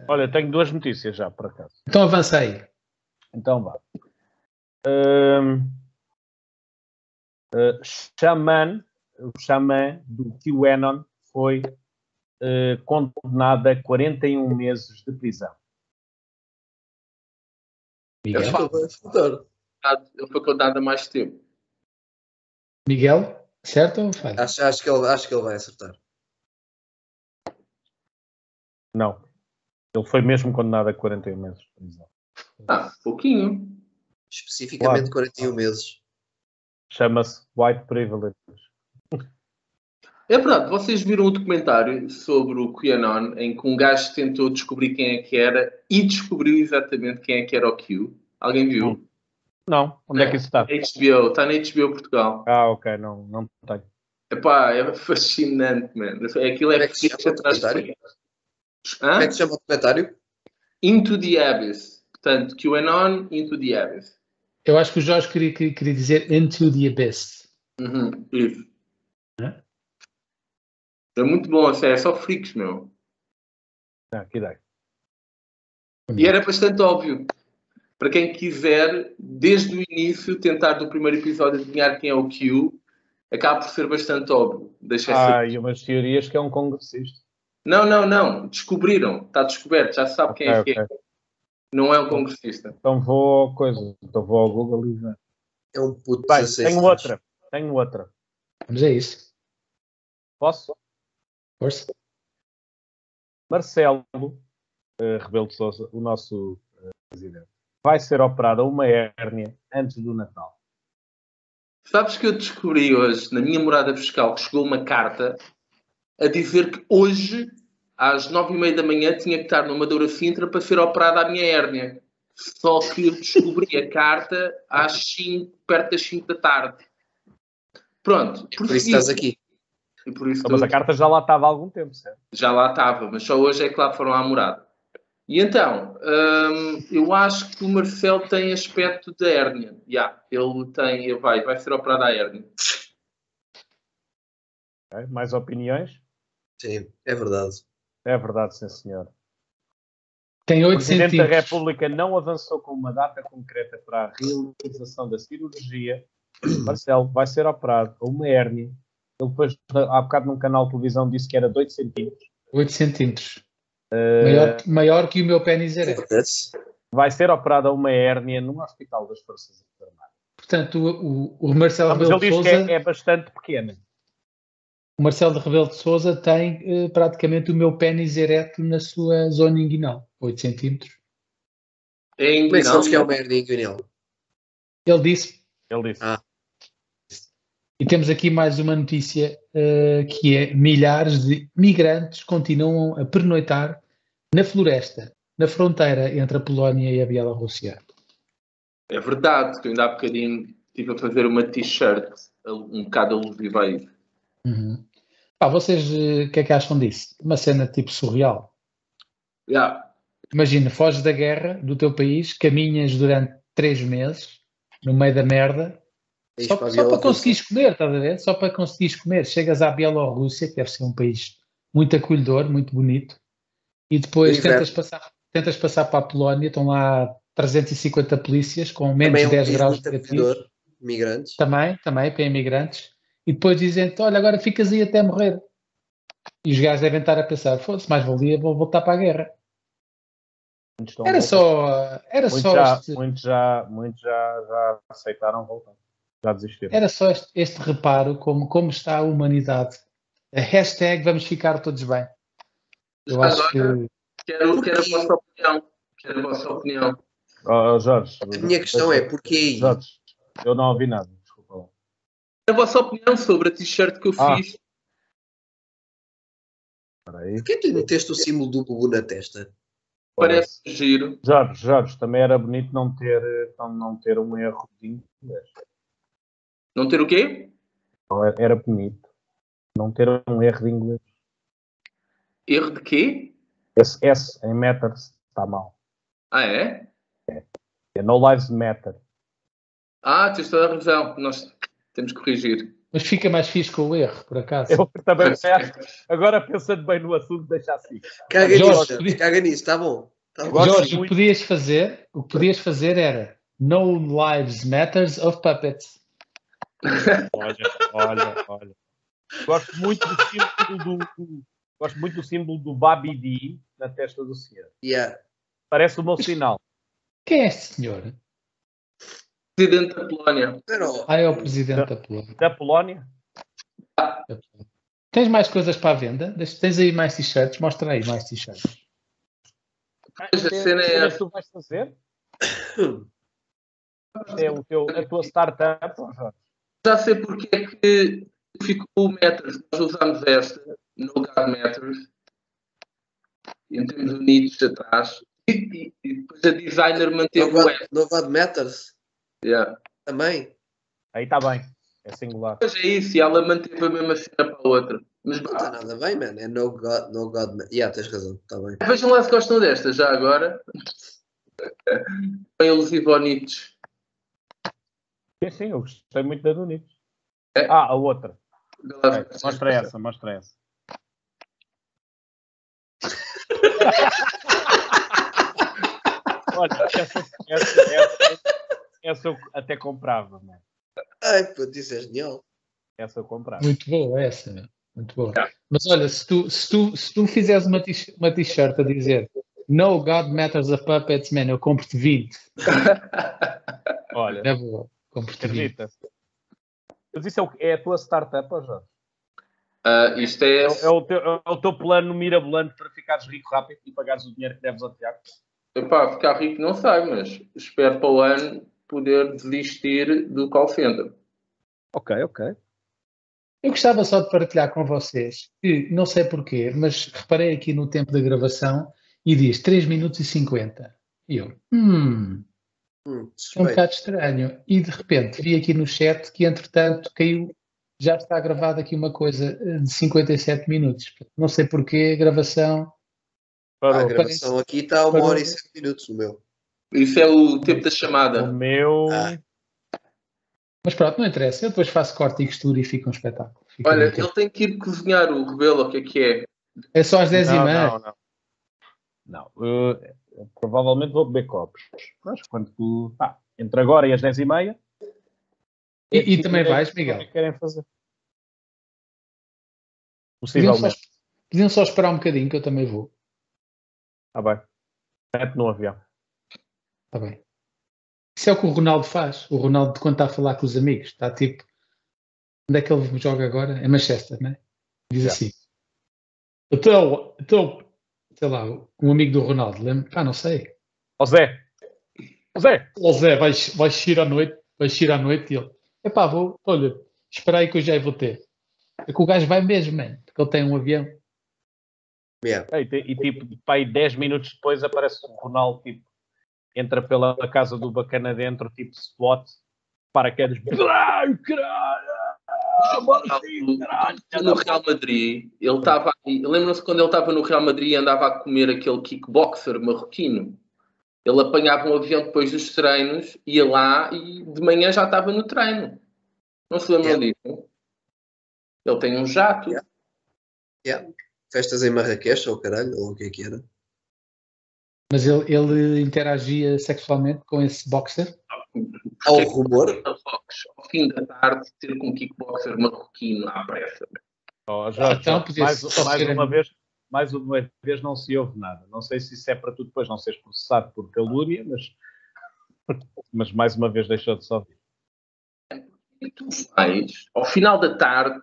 D: Olha, tenho duas notícias já, por acaso.
B: Então avança aí.
D: Então vá. Hum, eh, xamã, o xamã do QAnon foi eh, condenado a 41 meses de prisão.
B: Miguel?
E: Estou bem, escutar.
C: Ele foi condenado a mais tempo.
B: Miguel? Certo ou
D: Ah.
B: falha?
E: Acho, acho, que ele, acho que ele vai acertar.
D: Não. Ele foi mesmo condenado a 41 meses de prisão.
C: Ah, pouquinho.
E: Especificamente
D: Claro.
E: 41 meses.
D: Chama-se White Privilege.
C: É verdade, vocês viram o documentário sobre o QAnon em que um gajo tentou descobrir quem é que era e descobriu exatamente quem é que era o Q. Alguém
E: Hum.
C: viu?
D: Não, onde é que isso está?
C: HBO, está tá na HBO Portugal.
D: Ah, ok, não, não tenho.
C: Epá, é fascinante, mano.
E: Como
C: Aquilo é
E: é que se chama o
C: atrás de
E: documentário?
C: frente.
E: Como é
C: Hã?
E: que se chama o comentário?
C: Into the Abyss. Portanto, QAnon, Into the Abyss.
B: Eu acho que o Jorge queria, queria- queria dizer Into the Abyss.
C: Uhum, isso.
B: É?
C: É muito bom, a sério, é só freaks, meu.
D: Não, que ideia.
C: E era bastante óbvio. Para quem quiser, desde o início, tentar do primeiro episódio adivinhar quem é o Q, acaba por ser bastante óbvio. Deixa
D: Ah,
C: essa...
D: e umas teorias que é um congressista.
C: Não, não, não. Descobriram. Está descoberto. Já se sabe quem é
D: Ok,
C: que é. Não é um congressista.
D: Então vou ao coisa, então vou ao Google e ver.
E: É um puto de
D: Bem,
E: 16
D: tenho
E: anos.
D: outra, tenho outra.
B: Vamos a é isso.
D: Posso?
B: Força.
D: Marcelo eh, Rebelo de Sousa, o nosso eh, presidente, vai ser operado a uma hérnia antes do Natal.
C: Sabes que eu descobri hoje, na minha morada fiscal, que chegou uma carta a dizer que hoje às nove e meia da manhã tinha que estar numa Madeira Sintra para ser operada a minha hérnia. Só que eu descobri a carta às 5, perto das 5 da tarde. Pronto.
E: Por, por isso estás aqui.
C: E por isso
D: Ah, Mas a
C: estou aqui.
D: carta já lá estava há algum tempo, certo?
C: já lá estava, mas só hoje é que lá foram à morada. E então, hum, eu acho que o Marcel tem aspecto da hérnia. Já, ele tem, ele vai, vai ser operado à hérnia.
D: Ok, Mais opiniões?
E: Sim, é verdade.
D: É verdade, sim, senhor.
B: Tem
D: O
B: 8
D: Presidente da
B: centímetros.
D: República não avançou com uma data concreta para a realização da
B: [clears throat]
D: cirurgia. Marcelo vai ser operado a uma hérnia. Ele depois, há bocado num canal de televisão, disse que era de 8 centímetros.
B: 8 centímetros.
D: Eh,
B: Maior, maior que o meu pênis ereto.
E: Acontece.
D: Vai ser operado a uma hérnia num hospital das Forças Armadas.
B: Portanto, o, o, o Marcelo
D: Mas
B: Rebelo
D: ele
B: de
D: diz que
B: Souza,
D: é, é bastante pequena.
B: o Marcelo de Rebelo de Souza tem eh, praticamente o meu pênis ereto na sua zona inguinal. 8 centímetros.
C: Em
E: Como é que sabes que é
C: Guinal-
E: o merda em Guinel?
B: Ele disse
D: Ele disse.
E: Ah.
B: E temos aqui mais uma notícia eh, que é milhares de migrantes continuam a pernoitar na floresta, na fronteira entre a Polónia e a Bielorrússia.
C: É verdade, que eu ainda há bocadinho estive a fazer uma t-shirt, um bocado alusiva a isso.
B: Uhum. Pá, vocês eh, o que é que acham disso? Uma cena tipo surreal.
C: Já,
B: Imagina, foges da guerra do teu país, caminhas durante três meses no meio da merda,
E: É
B: só, só para conseguires comer, estás a ver? Só para conseguires comer. Chegas à Bielorrússia, que deve ser um país muito acolhedor, muito bonito, e depois
E: No inverno.
B: tentas passar, tentas passar para a Polónia, estão lá 350 polícias com menos
E: Também
B: de
E: é um
B: 10
E: país
B: graus
E: muito
B: negativos,
E: acolhedor, migrantes.
B: também, também para imigrantes, e depois dizem-te, olha, agora ficas aí até morrer. E os gajos devem estar a pensar, foda-se, mais valia, vou voltar para a guerra.
D: Muitos
E: Então,
D: estão
B: Era
D: a voltar.
B: só, era
D: Muitos
B: É só
D: já,
B: este...
D: muitos já, muitos já, já aceitaram voltar. Já desistiram.
B: Era só este, este reparo, como, como está a humanidade. A hashtag vamos ficar todos bem. Eu
C: Mas
B: acho que.
C: quero, quero a vossa opinião. Quero a vossa opinião.
D: Oh, oh, Jorge.
E: A minha questão é, porquê aí?
D: Jorge, eu não ouvi nada, desculpa lá.
C: A vossa opinião sobre a t-shirt que eu
D: Ah.
C: fiz.
D: Espera aí.
E: Porquê tu meteste o símbolo do Gugu na testa?
C: Parece giro.
D: Jorge, Jorge, também era bonito não ter, eh, não, não ter um erro de inglês.
C: Não ter o quê?
D: Não era, era bonito não ter um erro de inglês.
C: Erro de quê?
D: Esse S em matters está mal.
C: Ah, é?
D: É no lives matter. [laughs]
C: Ah, tens toda a razão. Nós temos que corrigir.
B: Mas fica mais fixe com o erro, por acaso.
D: Eu
E: [laughs]
D: também acho. Agora pensando bem no assunto, deixa assim.
E: Caga
B: Jorge,
E: nisso,
B: podia-
E: caga nisso, está bom. Tá bom.
D: Gosto
B: Jorge, o que
D: muito.
B: podias fazer, o que podias fazer era No Lives Matters of Puppets.
D: Olha, olha, olha. Gosto muito do símbolo do, do- gosto muito do símbolo do Babidi na testa do senhor.
E: Yeah.
D: Parece o meu sinal.
B: Quem é este senhor?
C: Presidente da Polónia.
E: Pero,
B: Ah, é o presidente da Polónia.
D: Da Polónia?
B: Tens mais coisas para a venda? Deixa- Tens aí mais t-shirts? Mostra aí mais t-shirts.
C: Mas a cena é
D: Mas
C: essa.
D: tu vais fazer?
E: Hum,
D: É o teu, a tua startup, ó, Jorge.
C: Já sei porque é que ficou o Matters. Nós usámos esta, No God Matters. E temos o Nietzsche atrás. E, e- e depois a designer
E: no,
B: Tipo,
C: manteve o
E: God,
C: esta.
E: no God Matters
C: Yeah.
E: também.
D: Aí está bem. É singular.
C: Mas é isso, e ela manteve a mesma cena para a outra. Mas
E: Não está
C: bah,
E: nada bem, mano. É no God, no God Matters. Yeah, tens razão, está bem.
C: vejam lá se gostam desta já agora. Bem elusivo ao Nietzsche.
D: Sim, sim, eu gostei muito da do Nips.
C: É?
D: Ah, a outra. Ok,
C: Galera,
D: Mostra essa, mostra essa. [laughs] Olha, essa, essa, essa, essa eu até comprava, mano.
E: Ai, puto, isso é genial.
D: Essa eu comprava.
B: Muito boa essa, meu. Muito boa.
C: Tá.
B: Mas olha, se tu, se tu, se tu fizeres uma t- uma t-shirt a dizer No God Matters of Puppets, man, eu compro-te 20.
D: Olha,
B: É boa. Compro-te 20.
D: acredita. Mas isso é, o, é a tua startup, ó, Jorge?
C: Ah, isto é.
D: É, é o teu, é o teu plano mirabolante para ficares rico rápido e pagares o dinheiro que deves ao Tiago?
C: Epá, ficar rico não sei, mas espero para o ano poder desistir do call center.
D: Ok, ok.
B: Eu gostava só de partilhar com vocês, que não sei porquê, mas reparei aqui no tempo da gravação e diz 3 minutos e 50. E eu, hum,
E: Hum,
B: é um
E: suspeito.
B: bocado estranho. E de repente vi aqui no chat que, entretanto, caiu, já está gravada aqui uma coisa eh, de 57 minutos. Não sei porquê, a gravação.
E: Ah, a
D: Parou.
E: gravação aqui está a uma
B: parou.
E: hora e sete minutos, o meu.
C: Isso é o tempo da
D: O
C: chamada.
D: meu.
E: Ah.
B: Mas pronto, não interessa. Eu depois faço corte e costura e fica um espetáculo. Fica
C: Olha,
B: muito-
C: ele tem que ir cozinhar o rebelo, o que é que é?
B: É só às 10 e meia.
D: Não, não. Não, eh, provavelmente vou beber copos. Mas quando tu. pá, entre agora e as 10 e meia.
B: E- e também vais,
D: O que
B: Miguel?
D: querem fazer?
B: Podiam só,
D: Possivelmente.
B: podiam só esperar um bocadinho que eu também vou.
D: Está bem. Mete no avião.
B: Está Tá bem. Isso é o que o Ronaldo faz. O Ronaldo, quando está a falar com os amigos, está tipo. Onde é que ele joga agora? Em Manchester, não é? Diz
D: Já.
B: assim. Então, então, sei lá, um amigo do Ronaldo, lembra? Ah, não sei.
D: Ó Zé! Ó Zé!
B: Ó Zé, vais, vais ir à noite, vais ir à noite e ele. Epá, vou, olha, espera aí que eu já vou ter. É que o gajo vai mesmo, mano, porque ele tem um avião.
E: Yeah.
D: E, ti- e tipo, pá, aí 10 minutos depois aparece o Ronaldo, tipo, entra pela casa do bacana dentro, tipo, SWAT, paraquedas. Caralho, caralho! Ah, bora sim, caralho!
C: No Real Madrid, ele estava aí. Lembram-se quando ele estava no Real Madrid e andava a comer aquele kickboxer marroquino? Ele apanhava um avião depois dos treinos, ia lá e de manhã já estava no treino. Não se lembram disso? Ele tem um jato.
E: Yeah. Festas em Marrakech, ou caralho, ou o que é que era?
B: Mas ele, ele interagia sexualmente com esse boxer.
E: Há o um rumor.
C: Fox, ao fim da tarde, ter com um kickboxer marroquino à pressa.
D: Ó, Jorge,
B: Então, podia
D: mais,
B: só
D: mais
B: ser- um-
D: uma vez, mais uma vez não se ouve nada. Não sei se isso é para tu depois não seres processado por calúnia, mas, mas mais uma vez deixou de se ouvir.
C: E tu vais, ao final da tarde,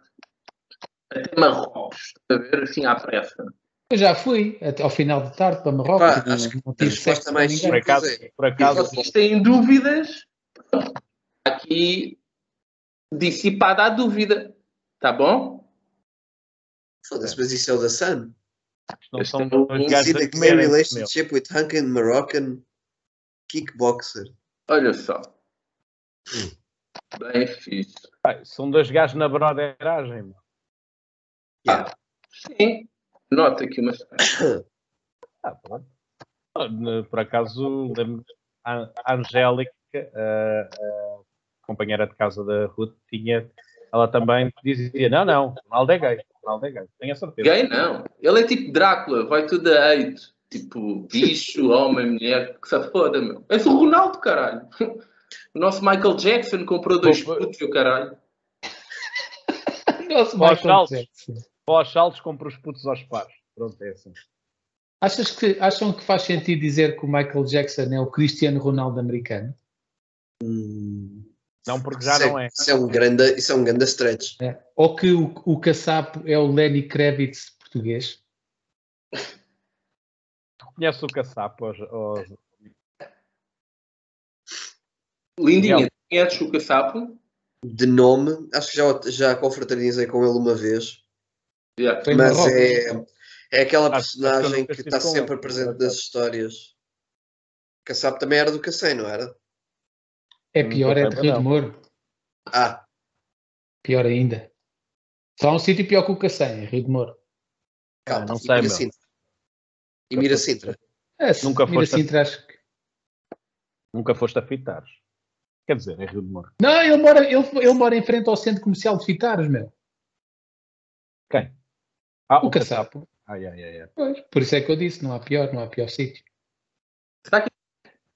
C: até Marrocos, a ver assim à pressa.
B: Eu já fui até ao final de tarde para Marrocos.
E: Pá, acho que
B: não
E: a
B: tive
E: resposta
B: sexo com
E: mais
B: ninguém.
D: Por acaso,
E: Pois é.
D: por acaso
C: Vocês têm dúvidas? Aqui, dissipada a dúvida. Tá bom?
E: Foda-se, mas isso é o da Sun.
D: não são
C: Este é o
D: dois
E: See
D: gajos
E: the
D: a
E: clear
D: comerem, meu.
E: relationship with Hunkin Moroccan kickboxer.
C: Olha só. Bem fixe.
D: Pá, São dois gajos na broderagem, meu.
C: Sim. Nota aqui uma
D: Ah, pronto. Ah, ne- Por acaso, lembro a a Angélica, a- a companheira de casa da Ruth, tinha, ela também dizia: não, não, o Ronaldo é gay, o Ronaldo é gay, tenho a certeza.
C: Gay não. Ele é tipo Drácula, vai tudo a eito. Tipo, bicho, homem, mulher, que se foda, meu. É o Ronaldo, caralho. O nosso Michael Jackson comprou dois
D: Opa.
C: putos e o caralho.
B: Nossa,
D: Ó,
B: Michael
D: Charles.
B: Jackson.
D: Para os saltos, compro os putos aos pares. Pronto, é assim.
B: Achas que, acham que faz sentido dizer que o Michael Jackson é o Cristiano Ronaldo americano?
D: Não, porque já
E: isso é,
D: não é.
E: Isso é um grande, isso é um grande stretch.
B: Ou que o, o caçapo é o Lenny Kravitz português?
D: Conhece o caçapo. Aos, aos...
C: Lindinha,
D: Miguel.
C: conheces o caçapo?
E: De nome, acho que já, já confraternizei com ele uma vez.
C: Yeah.
B: Foi em
E: mas
B: Marrocos.
E: é, é aquela
D: Acho que Ah, eu
E: personagem
D: nunca
E: que
D: estive
E: está
D: com
E: sempre
D: ele.
E: presente nas histórias. Kassab também era do Kassem, não era?
B: É pior, é
D: Não,
B: de Rio de
D: não.
B: Moro.
E: Ah,
B: Pior ainda. Só há um sítio pior que o Cacém, é Rio de Moro. Ah,
E: calma.
D: não sei,
E: e Mira
D: meu.
E: Sintra. E Mira Sintra.
B: É, se
D: Nunca
B: Mira
D: foste a-
B: Sintra, acho que-
D: Nunca foste a fitares. Quer dizer, é Rio de Moro.
B: Não, ele mora, ele, ele mora em frente ao centro comercial de Fitares, meu.
D: Quem? Ah,
B: O caçapo.
D: Ai, ai, ai, ai.
B: Pois, por isso é que eu disse, não há pior, não há pior sítio.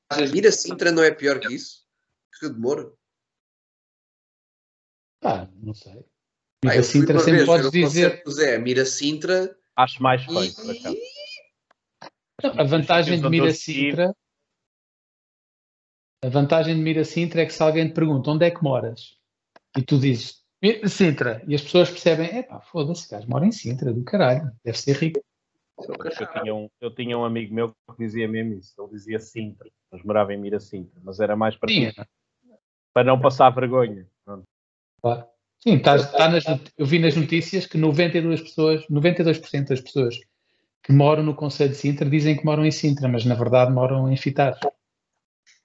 C: Achas-
E: Mira Sintra não é pior que isso? Rio de Moro?
B: Pá, não sei.
E: Ah,
B: Mira
E: eu fui
B: Sintra
E: uma
B: sempre
E: vez ver
B: podes
E: o concerto
B: dizer.
E: do Zé, Mira Sintra.
D: Acho mais feio, por acaso.
E: E...
B: Não, a vantagem de
D: onde eu
B: Mira
D: estive-
B: Sintra. A vantagem de Mira Sintra é que se alguém te pergunta onde é que moras e tu dizes "Mira Sintra e as pessoas percebem, é pá, foda-se, esse gajo mora em Sintra, do caralho, deve ser rico.
C: o
D: Eu
C: caçapo.
D: tinha, um, eu tinha um amigo meu que dizia mesmo isso. Ele dizia Sintra, mas morava em
E: É
D: Mira Sintra, mas era mais para,
B: Tinha.
D: para não passar vergonha. Pronto.
B: Claro. Sim, está, está nas, eu vi nas notícias que 92 pessoas, 92% das pessoas que moram no Conselho de Sintra dizem que moram em Sintra, mas na verdade moram em Fitar.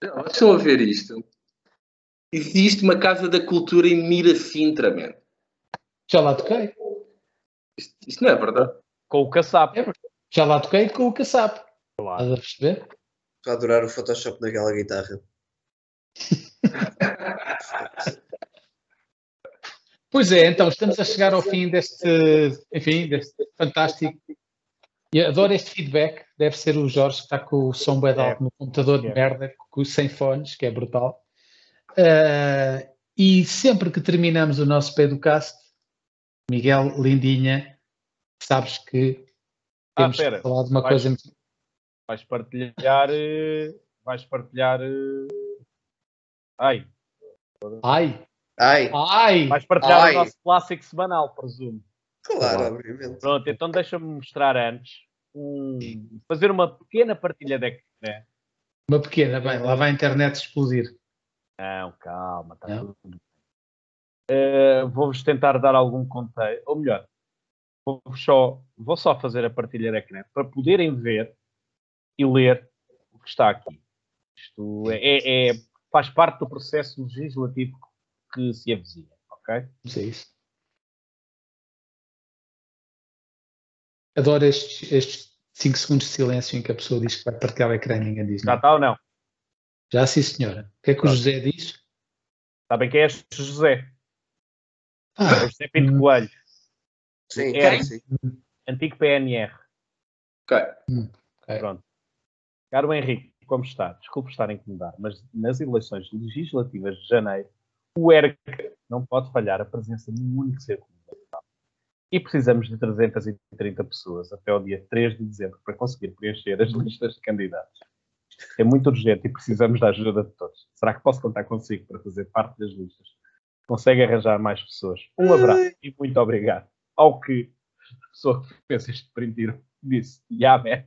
C: Não, Estão a ver isto. Existe uma Casa da Cultura em Mira Sintra, man.
B: Já lá toquei.
C: Isto, isto não é verdade.
D: Com o caçapo.
B: É, já lá toquei com o caçapo. Estás a perceber?
E: Estou a adorar o Photoshop daquela guitarra.
B: pois é, então estamos a chegar ao fim deste, enfim, deste fantástico. E adoro este feedback. Deve ser o Jorge que está com o som bem alto no computador de merda, com, sem fones, que é brutal. Uh, e sempre que terminamos o nosso Pedocast, Miguel Lindinha, sabes que temos ah, falado de uma
D: vais,
B: coisa muito.
D: Vais partilhar. eh, Vais partilhar. eh, Ai.
B: Ai.
E: Ai.
B: Ah, Ai.
D: Vais partilhar Ai. o nosso clássico semanal, presumo.
E: Claro, claro. obviamente.
D: Pronto, então deixa-me mostrar antes. Um, fazer uma pequena partilha da né?
B: Uma pequena, bem, lá vai a internet explodir.
D: Não, calma, está tudo bem. Uh, Vou-vos tentar dar algum contexto, ou melhor, vou só, vou só fazer a partilha da ecrã para poderem ver e ler o que está aqui. Isto é, é faz parte do processo legislativo que se avizinha, ok?
B: Isso é isso. Adoro estes, estes 5 segundos de silêncio em que a pessoa diz que vai partilhar o ecrã e ninguém diz
D: Já está tá ou não?
B: Já sim, senhora. O que é que o José diz?
D: Sabem quem é este José? Ah, é José Pinto hum. Coelho.
E: Sim, é, sim.
D: Antigo PNR.
C: Okay.
D: ok. Pronto. Caro Henrique, como está? Desculpe estar a incomodar, mas nas eleições legislativas de janeiro, o ERC não pode falhar a presença de um único ser comunitário. E precisamos de 330 pessoas até o dia 3 de dezembro para conseguir preencher as listas de candidatos. É muito urgente e precisamos da ajuda de todos. Será que posso contar consigo para fazer parte das listas? Consegue arranjar mais pessoas? Um abraço e muito obrigado. Ao que a pessoa que fez este print disse, já mesmo.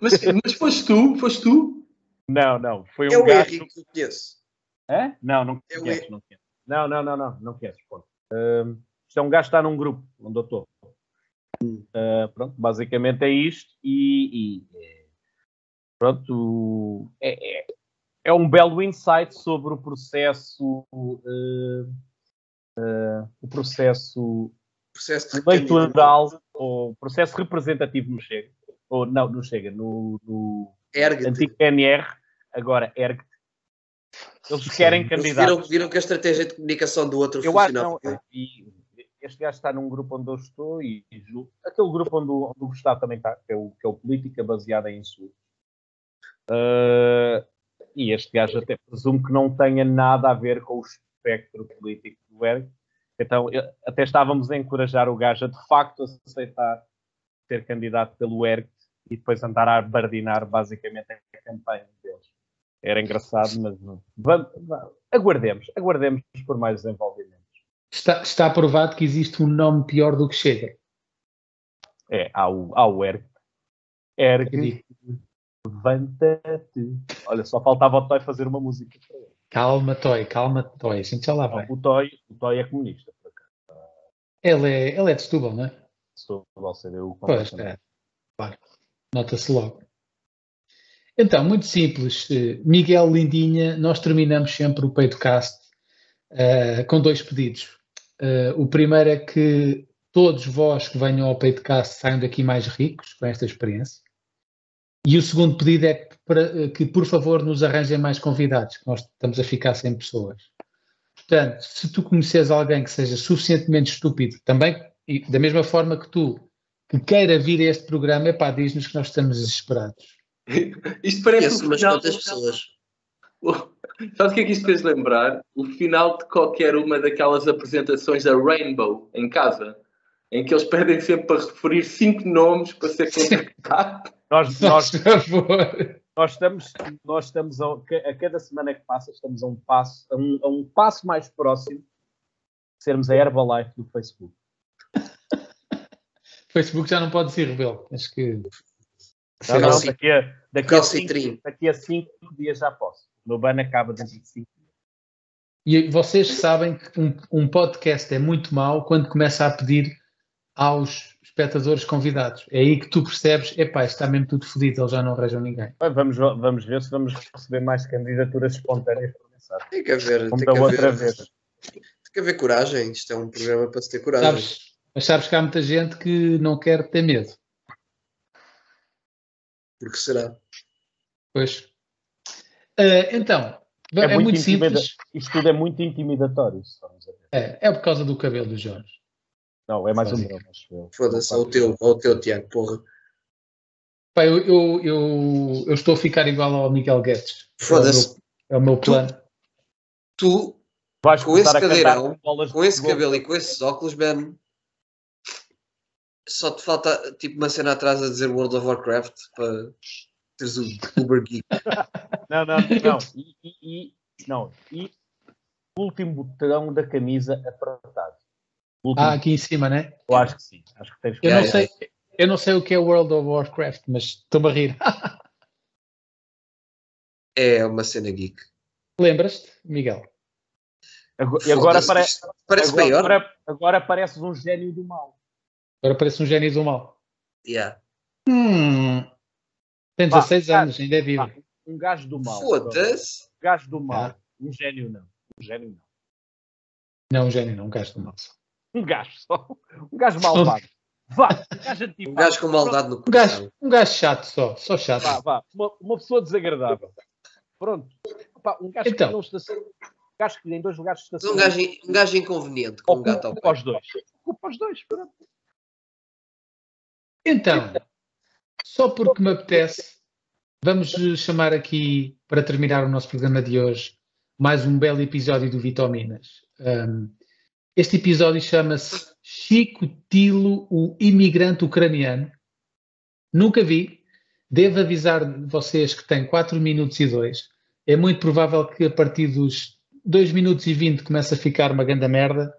C: mas, mas foste tu? Foste tu?
D: Não, não. Foi um
E: é o
D: gajo...
E: Henrique que conheço.
D: Hã? Não, não é conheces, não conheces. Não, não, não, não, não conheces, pronto. Uh, isto é um gajo que está num grupo, onde eu estou. Uh, pronto, basicamente é isto e, e pronto, é, é, é, um belo insight sobre o processo, uh, uh, o processo,
E: processo
D: eleitoral, ou processo representativo no Chega, ou não, não Chega, no, no antigo PNR, agora ergue Eles querem Sim. candidatos.
E: Viram, viram, que a estratégia de comunicação do outro é? eu funcionou.
D: Acho, não, e, este gajo está num grupo onde eu estou e, e aquele grupo onde, onde o Gustavo também está, que é o, que é o Política Baseada em Insultos. Uh, e este gajo até presumo que não tenha nada a ver com o espectro político do Eric. Então, eu, até estávamos a encorajar o gajo a de facto aceitar ser candidato pelo Eric e depois andar a bardinar basicamente a campanha deles. Era engraçado, mas não. Vamos, vamos, aguardemos, aguardemos por mais desenvolvimentos.
B: Está, está provado que existe um nome pior do que Chega.
D: É, há o, há o Eric. Eric. Levanta-te. Olha, só faltava o Toy fazer uma música para ele.
B: Calma, Toy, calma, Toy. A gente já lá vai.
D: O Toy, o toy é comunista, por acaso.
B: Ele é, ele é de Setúbal, não é?
D: Setúbal, CDU.
B: Pois, é. Claro. Nota-se logo. Então, muito simples. eh, Miguel Lindinha, nós terminamos sempre o Peitocast uh, com dois pedidos. Uh, o primeiro é que todos vós que venham ao Peitocast saiam daqui mais ricos com esta experiência. E o segundo pedido é que, para, que, por favor, nos arranjem mais convidados, que nós estamos a ficar sem pessoas. Portanto, se tu conheces alguém que seja suficientemente estúpido, também, e da mesma forma que tu, que queira vir a este programa, é pá, diz-nos que nós estamos desesperados.
C: isto parece Oh,
E: um umas quantas pessoas.
C: Sabe o que é que isto fez lembrar? O final de qualquer uma daquelas apresentações da Rainbow em casa, em que eles pedem sempre para referir cinco nomes para ser contactado.
B: [laughs]
D: Nós, nós, nós, estamos, nós estamos a, a, cada semana que passa, estamos a um passo, a um, a um passo mais próximo de sermos a Herbalife do Facebook.
B: Facebook já não pode ser rebelde. Acho que.
D: Não, não, daqui, a, daqui, a cinco, daqui a cinco dias já posso. O meu ban acaba dentro de cinco dias.
B: E vocês sabem que um, um podcast é muito mau quando começa a pedir aos espectadores convidados. É aí que tu percebes, epá, está mesmo tudo fodido, eles já não arranjam ninguém.
D: Vamos, vamos ver se vamos receber mais candidaturas espontâneas para começar.
E: Tem que haver,
D: Como da
E: tem que
D: outra
E: haver,
D: vez.
E: tem que haver coragem. Isto é um programa para se ter coragem.
B: Sabes, mas sabes que há muita gente que não quer ter medo.
E: Porque será?
B: Pois. Ah, então, é, muito,
D: intimida-
B: simples.
D: Isto tudo é muito intimidatório. se formos a ver.
B: É, é por causa do cabelo do Jorge.
D: Não, é mais um
B: Sim.
D: drama, acho eu.
E: Foda-se, ao teu, ao teu Tiago, porra.
B: Pá, eu, eu, eu, eu estou a ficar igual ao Miguel Guedes.
E: Foda-se.
B: É o meu plano.
E: Tu,
D: Vais
E: Com
D: começar
E: esse
D: a cantar
E: cadeirão,
D: bolas de
E: com esse
D: futebol.
E: cabelo e com esses óculos, man, só te falta tipo uma cena atrás a dizer World of Warcraft para teres o Uber Geek.
D: Não, não, não. E, e- e- não. E o último botão da camisa apertado. O último,
B: Ah, aqui em cima, né?
D: eu acho que sim. Acho que tens que
B: Eu
E: Yeah,
B: não, sei, eu não sei o que é World of Warcraft, mas estou-me a rir. [laughs]
E: É uma cena geek.
B: Lembras-te, Miguel?
D: Agora- E agora,
E: Foda-se,
D: pare-
E: isto parece
D: agora,
E: maior.
D: agora, agora pareces um gênio do mal.
B: Agora parece um gênio do mal.
E: Yeah.
B: Hum. Tem
D: Pá,
B: 16
D: cara,
B: anos, ainda é vivo.
D: pá, Um gajo do mal. Um
E: Foda-se.
D: gajo do mal.
B: Ah.
D: Um gênio não. Um gênio não.
B: Não, um gênio não, um gajo do mal.
D: Um gajo só. Um gajo malvado. Vá, um gajo antipático.
E: Um gajo com maldade no
B: Um gajo,
E: coração.
B: um gajo chato só, só chato.
D: Vá, vá. Uma, uma pessoa desagradável. Pronto. Opá, um gajo
B: Então.
D: que não estaciona. Um gajo que em dois lugares
E: Mas um
D: estaciona.
E: gajo, in- um gajo inconveniente com um gato ao
D: Ocupa
E: pé.
D: os dois. Ocupa os dois. Pronto.
B: Então, só porque me apetece, vamos eh, chamar aqui, para terminar o nosso programa de hoje, mais um belo episódio do Vitaminas. Ahm, este episódio chama-se Chico Tilo, o imigrante ucraniano. Nunca vi. Devo avisar vocês que tem 4 minutos e 2. É muito provável que a partir dos 2 minutos e 20 comece a ficar uma grande merda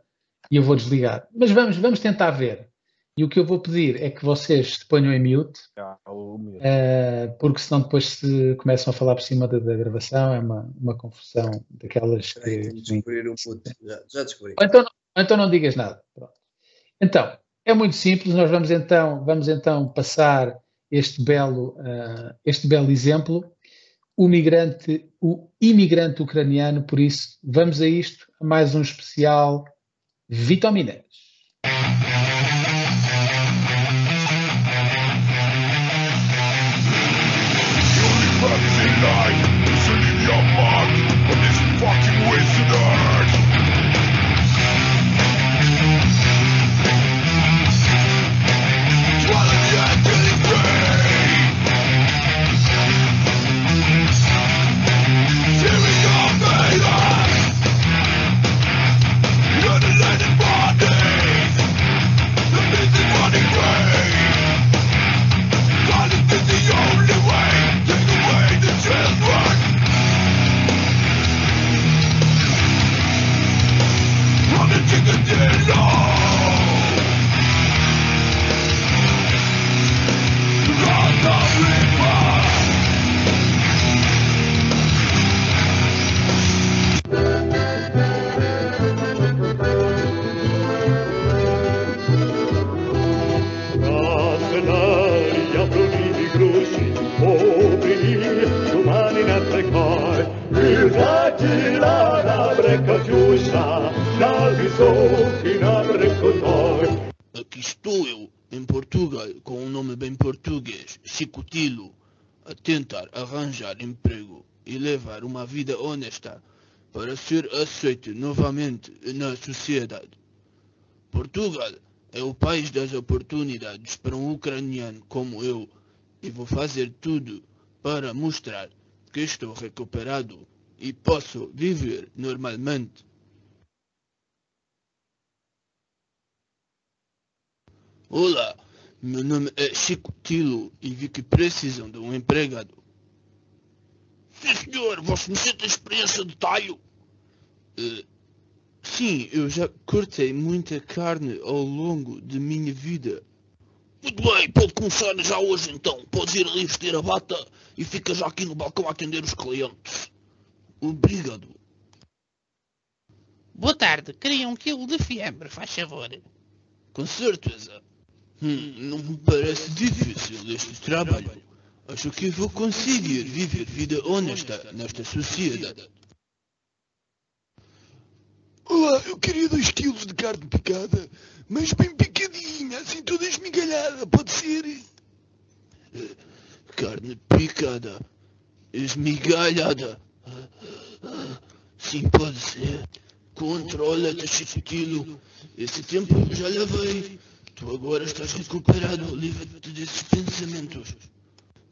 B: e eu vou desligar. Mas vamos, vamos tentar ver. E o que eu vou pedir é que vocês se ponham em mute,
D: Ah, o meu.
B: eh, porque senão depois se começam a falar por cima da, da gravação, é uma, uma confusão daquelas
E: Espera aí,
B: que.
E: tenho de descobrir o puto. Já, já descobri.
B: Ou Então, ou então não digas nada. Pronto. Então, é muito simples, nós vamos então, vamos então passar este belo, ah, este belo exemplo. O migrante, o imigrante ucraniano, por isso, vamos a isto, a mais um especial Vitaminas.
F: Канарья пробили груши, обрели туманы над рекой. И затела на брег Катюша, на высокий набрек крутой.
G: Aqui estou eu, em Portugal, com um nome bem português, Chicutilo, a tentar arranjar emprego e levar uma vida honesta para ser aceito novamente na sociedade. Portugal é o país das oportunidades para um ucraniano como eu e vou fazer tudo para mostrar que estou recuperado e posso viver normalmente. Olá, meu nome é Chico Tilo e vi que precisam de um empregado. Sim, senhor, você não tem experiência de talho? Eh, sim, eu já cortei muita carne ao longo de minha vida. Muito bem, pode começar já hoje então. Podes ir ali vestir a bata e fica já aqui no balcão a atender os clientes. Obrigado. Boa tarde, queria um quilo de fiambre, faz favor. Com certeza. Hum, não me parece difícil este trabalho. Acho que vou conseguir viver vida honesta nesta sociedade.
H: Olá, eu queria dois quilos de carne picada, mas bem picadinha, assim toda esmigalhada, pode ser?
G: Eh, Carne picada, esmigalhada. Sim, pode ser. Controla-te, Chiquitilo. Esse tempo já levei. Tu agora estás recuperado, livra-te desses pensamentos.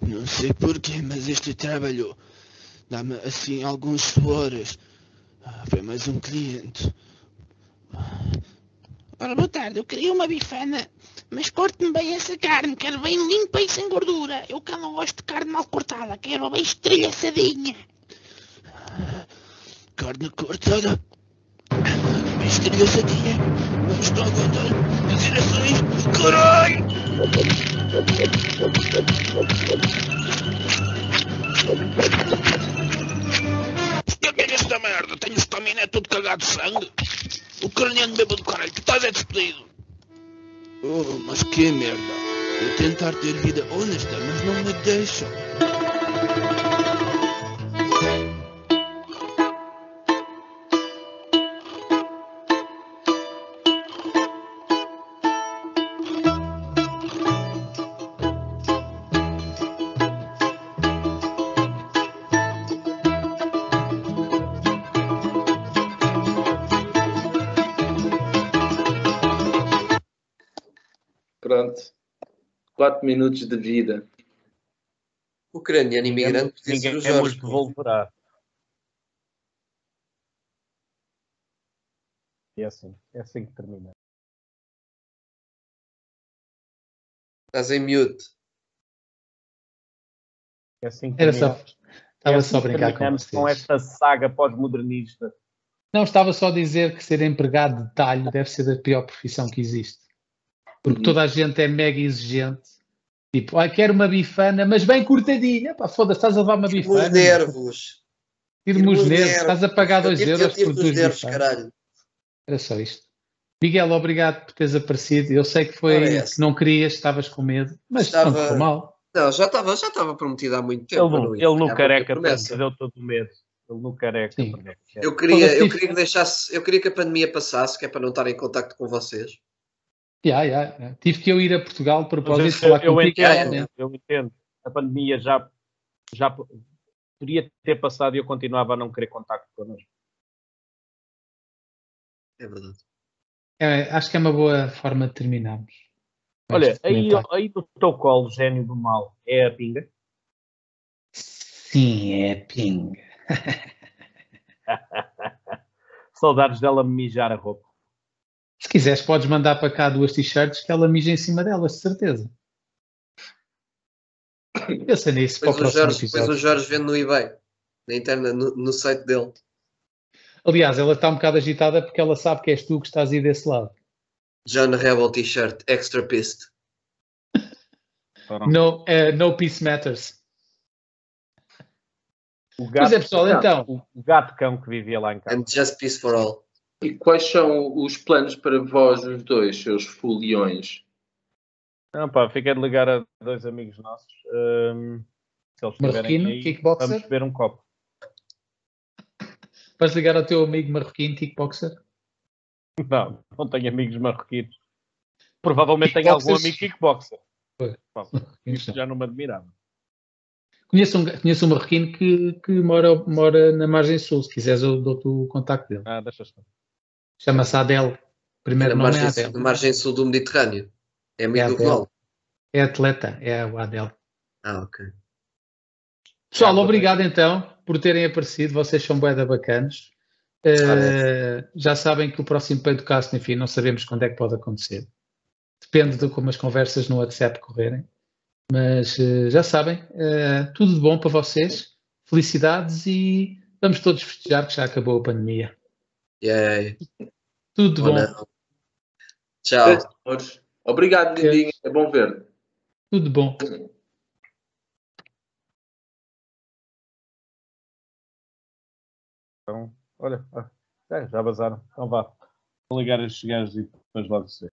G: Não sei porquê, mas este trabalho dá-me assim alguns suores. Ah, Foi mais um cliente.
I: Ah, Ora, boa tarde, eu queria uma bifana, mas corte-me bem essa carne, quero bem limpa e sem gordura. Eu cá não gosto de carne mal cortada, quero bem estrelhaçadinha.
G: Ah, Carne cortada. Bem estrelhaçadinha. Não estou a aguentar as direções. Caralho!
H: Por que é esta merda? Tenho o estaminé todo cagado de sangue. O craniano bebo do caralho, tu estás é despedido.
G: Oh, mas que merda. Eu tentar ter vida honesta, mas não me deixam.
C: Pronto. 4 minutos de vida.
E: O ucraniano imigrante podia ser o
D: Ninguém
E: Jorge.
D: nos devolverá. E é assim, é assim que termina.
E: Estás em mute.
D: É assim que
B: Era
D: termina.
B: só. Estava
D: é assim
B: só a
D: que
B: brincar com
D: terminamos
E: é
D: com
B: vocês.
D: esta saga pós-modernista.
B: Não, estava só a dizer que ser empregado de talho deve ser a pior profissão que existe. Porque
C: Uhum.
B: toda a gente é mega exigente. Tipo, ai, quero uma bifana, mas bem cortadinha. Pá, foda-se, estás a levar uma bifana.
E: Os nervos.
B: Tira-me os nervos.
E: nervos.
B: Estás a pagar 2
E: eu
B: euros por
E: tiro
B: duas
E: dos nervos,
B: bifanas.
E: caralho.
B: Era só isto. Miguel, obrigado por teres aparecido. Eu sei que
E: Ora, é
B: foi
E: essa.
B: que não querias, estavas com medo, mas não
E: Estava-
B: correu mal.
E: Não, já estava já estava prometido há muito tempo.
D: Ele,
E: eu não
D: no-
E: ia
D: ele no
E: falhar
D: careca é
E: com a promessa.
D: perdeu todo o medo. Ele no careca
B: Sim.
D: perdeu.
E: Eu queria, eu
B: Olha,
E: queria que deixasse, eu queria que a pandemia passasse, que é para não estar em contacto com vocês.
B: Yeah, yeah, yeah. Tive que eu ir a Portugal para
D: Mas
B: propósito
D: eu-
B: falar né?
D: eu,
B: contigo.
D: entendo,
B: realmente.
D: eu entendo. A pandemia já, já p- podia ter passado e eu continuava a não querer contacto connosco.
E: É verdade.
B: É, acho que é uma boa forma de terminarmos.
D: Olha,
B: Este
D: aí,
B: comentário.
D: aí do teu colo, gênio do mal, é a pinga.
B: Sim, é ping.
D: Saudades dela me mijar a roupa.
B: Se quiseres, podes mandar para cá duas t-shirts que ela mija em cima delas, de certeza. Pensa nisso para o
E: Depois o,
B: próximo
E: Jorge, depois
B: episódio.
E: o Jorge vende no eBay, na interna, no, no site dele.
B: Aliás, ela está um bocado agitada porque ela sabe que és tu que estás aí desse lado.
E: John Rebel T-shirt, extra pissed.
B: No, eh, no peace matters.
D: O gato,
B: Pois é, pessoal, então.
D: o gato cão que vivia lá em casa.
E: And just peace for all.
C: E quais são os planos para vós, os dois, seus foliões?
B: É.
D: Não, pá, fiquei de ligar a dois amigos nossos. hum, se eles estiverem
B: Marroquino,
D: aí,
B: kickboxer?
D: vamos beber um copo. [laughs]
B: Vais ligar ao teu amigo marroquino, kickboxer?
D: Não, não tenho amigos marroquinos. Provavelmente tenho algum
B: Kickboxers?
D: amigo kickboxer.
B: Pois.
D: Pá, Isso já não me admirava.
B: Conheço um, conheço um marroquino que, que mora, mora na margem sul. Se quiseres, eu dou-te o contacto dele.
D: Ah, deixa estar.
B: Chama-se Adel.
E: Na
B: Primeiro nome é
E: margem, sul-
B: Adel.
E: na margem sul do Mediterrâneo. É amigo
B: É
E: do
B: Abel.
E: Ronaldo.
B: É atleta, é o Adel.
E: Ah, ok.
B: Pessoal,
D: Adel.
B: obrigado então por terem aparecido. Vocês são boeda bacanos. Eh, já sabem que o próximo podcast, enfim, não sabemos quando é que pode acontecer. Depende de como as conversas no WhatsApp correrem. Mas eh, já sabem, eh, tudo de bom para vocês. Felicidades e vamos todos festejar que já acabou a pandemia.
E: Yay.
B: Tudo de
E: Ou
B: bom.
E: não. Tchau.
C: Senhores, Obrigado, Lindinho. É bom ver-te.
B: Tudo de bom.
D: Então, olha, ah, É, já vazaram. Então vá. Vou ligar estes gajos e depois logo se vê.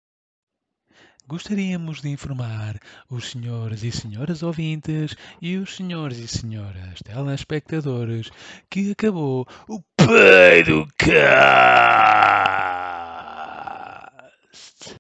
A: Gostaríamos de informar os senhores e senhoras ouvintes e os senhores e senhoras telespectadores que acabou o Peido Cast.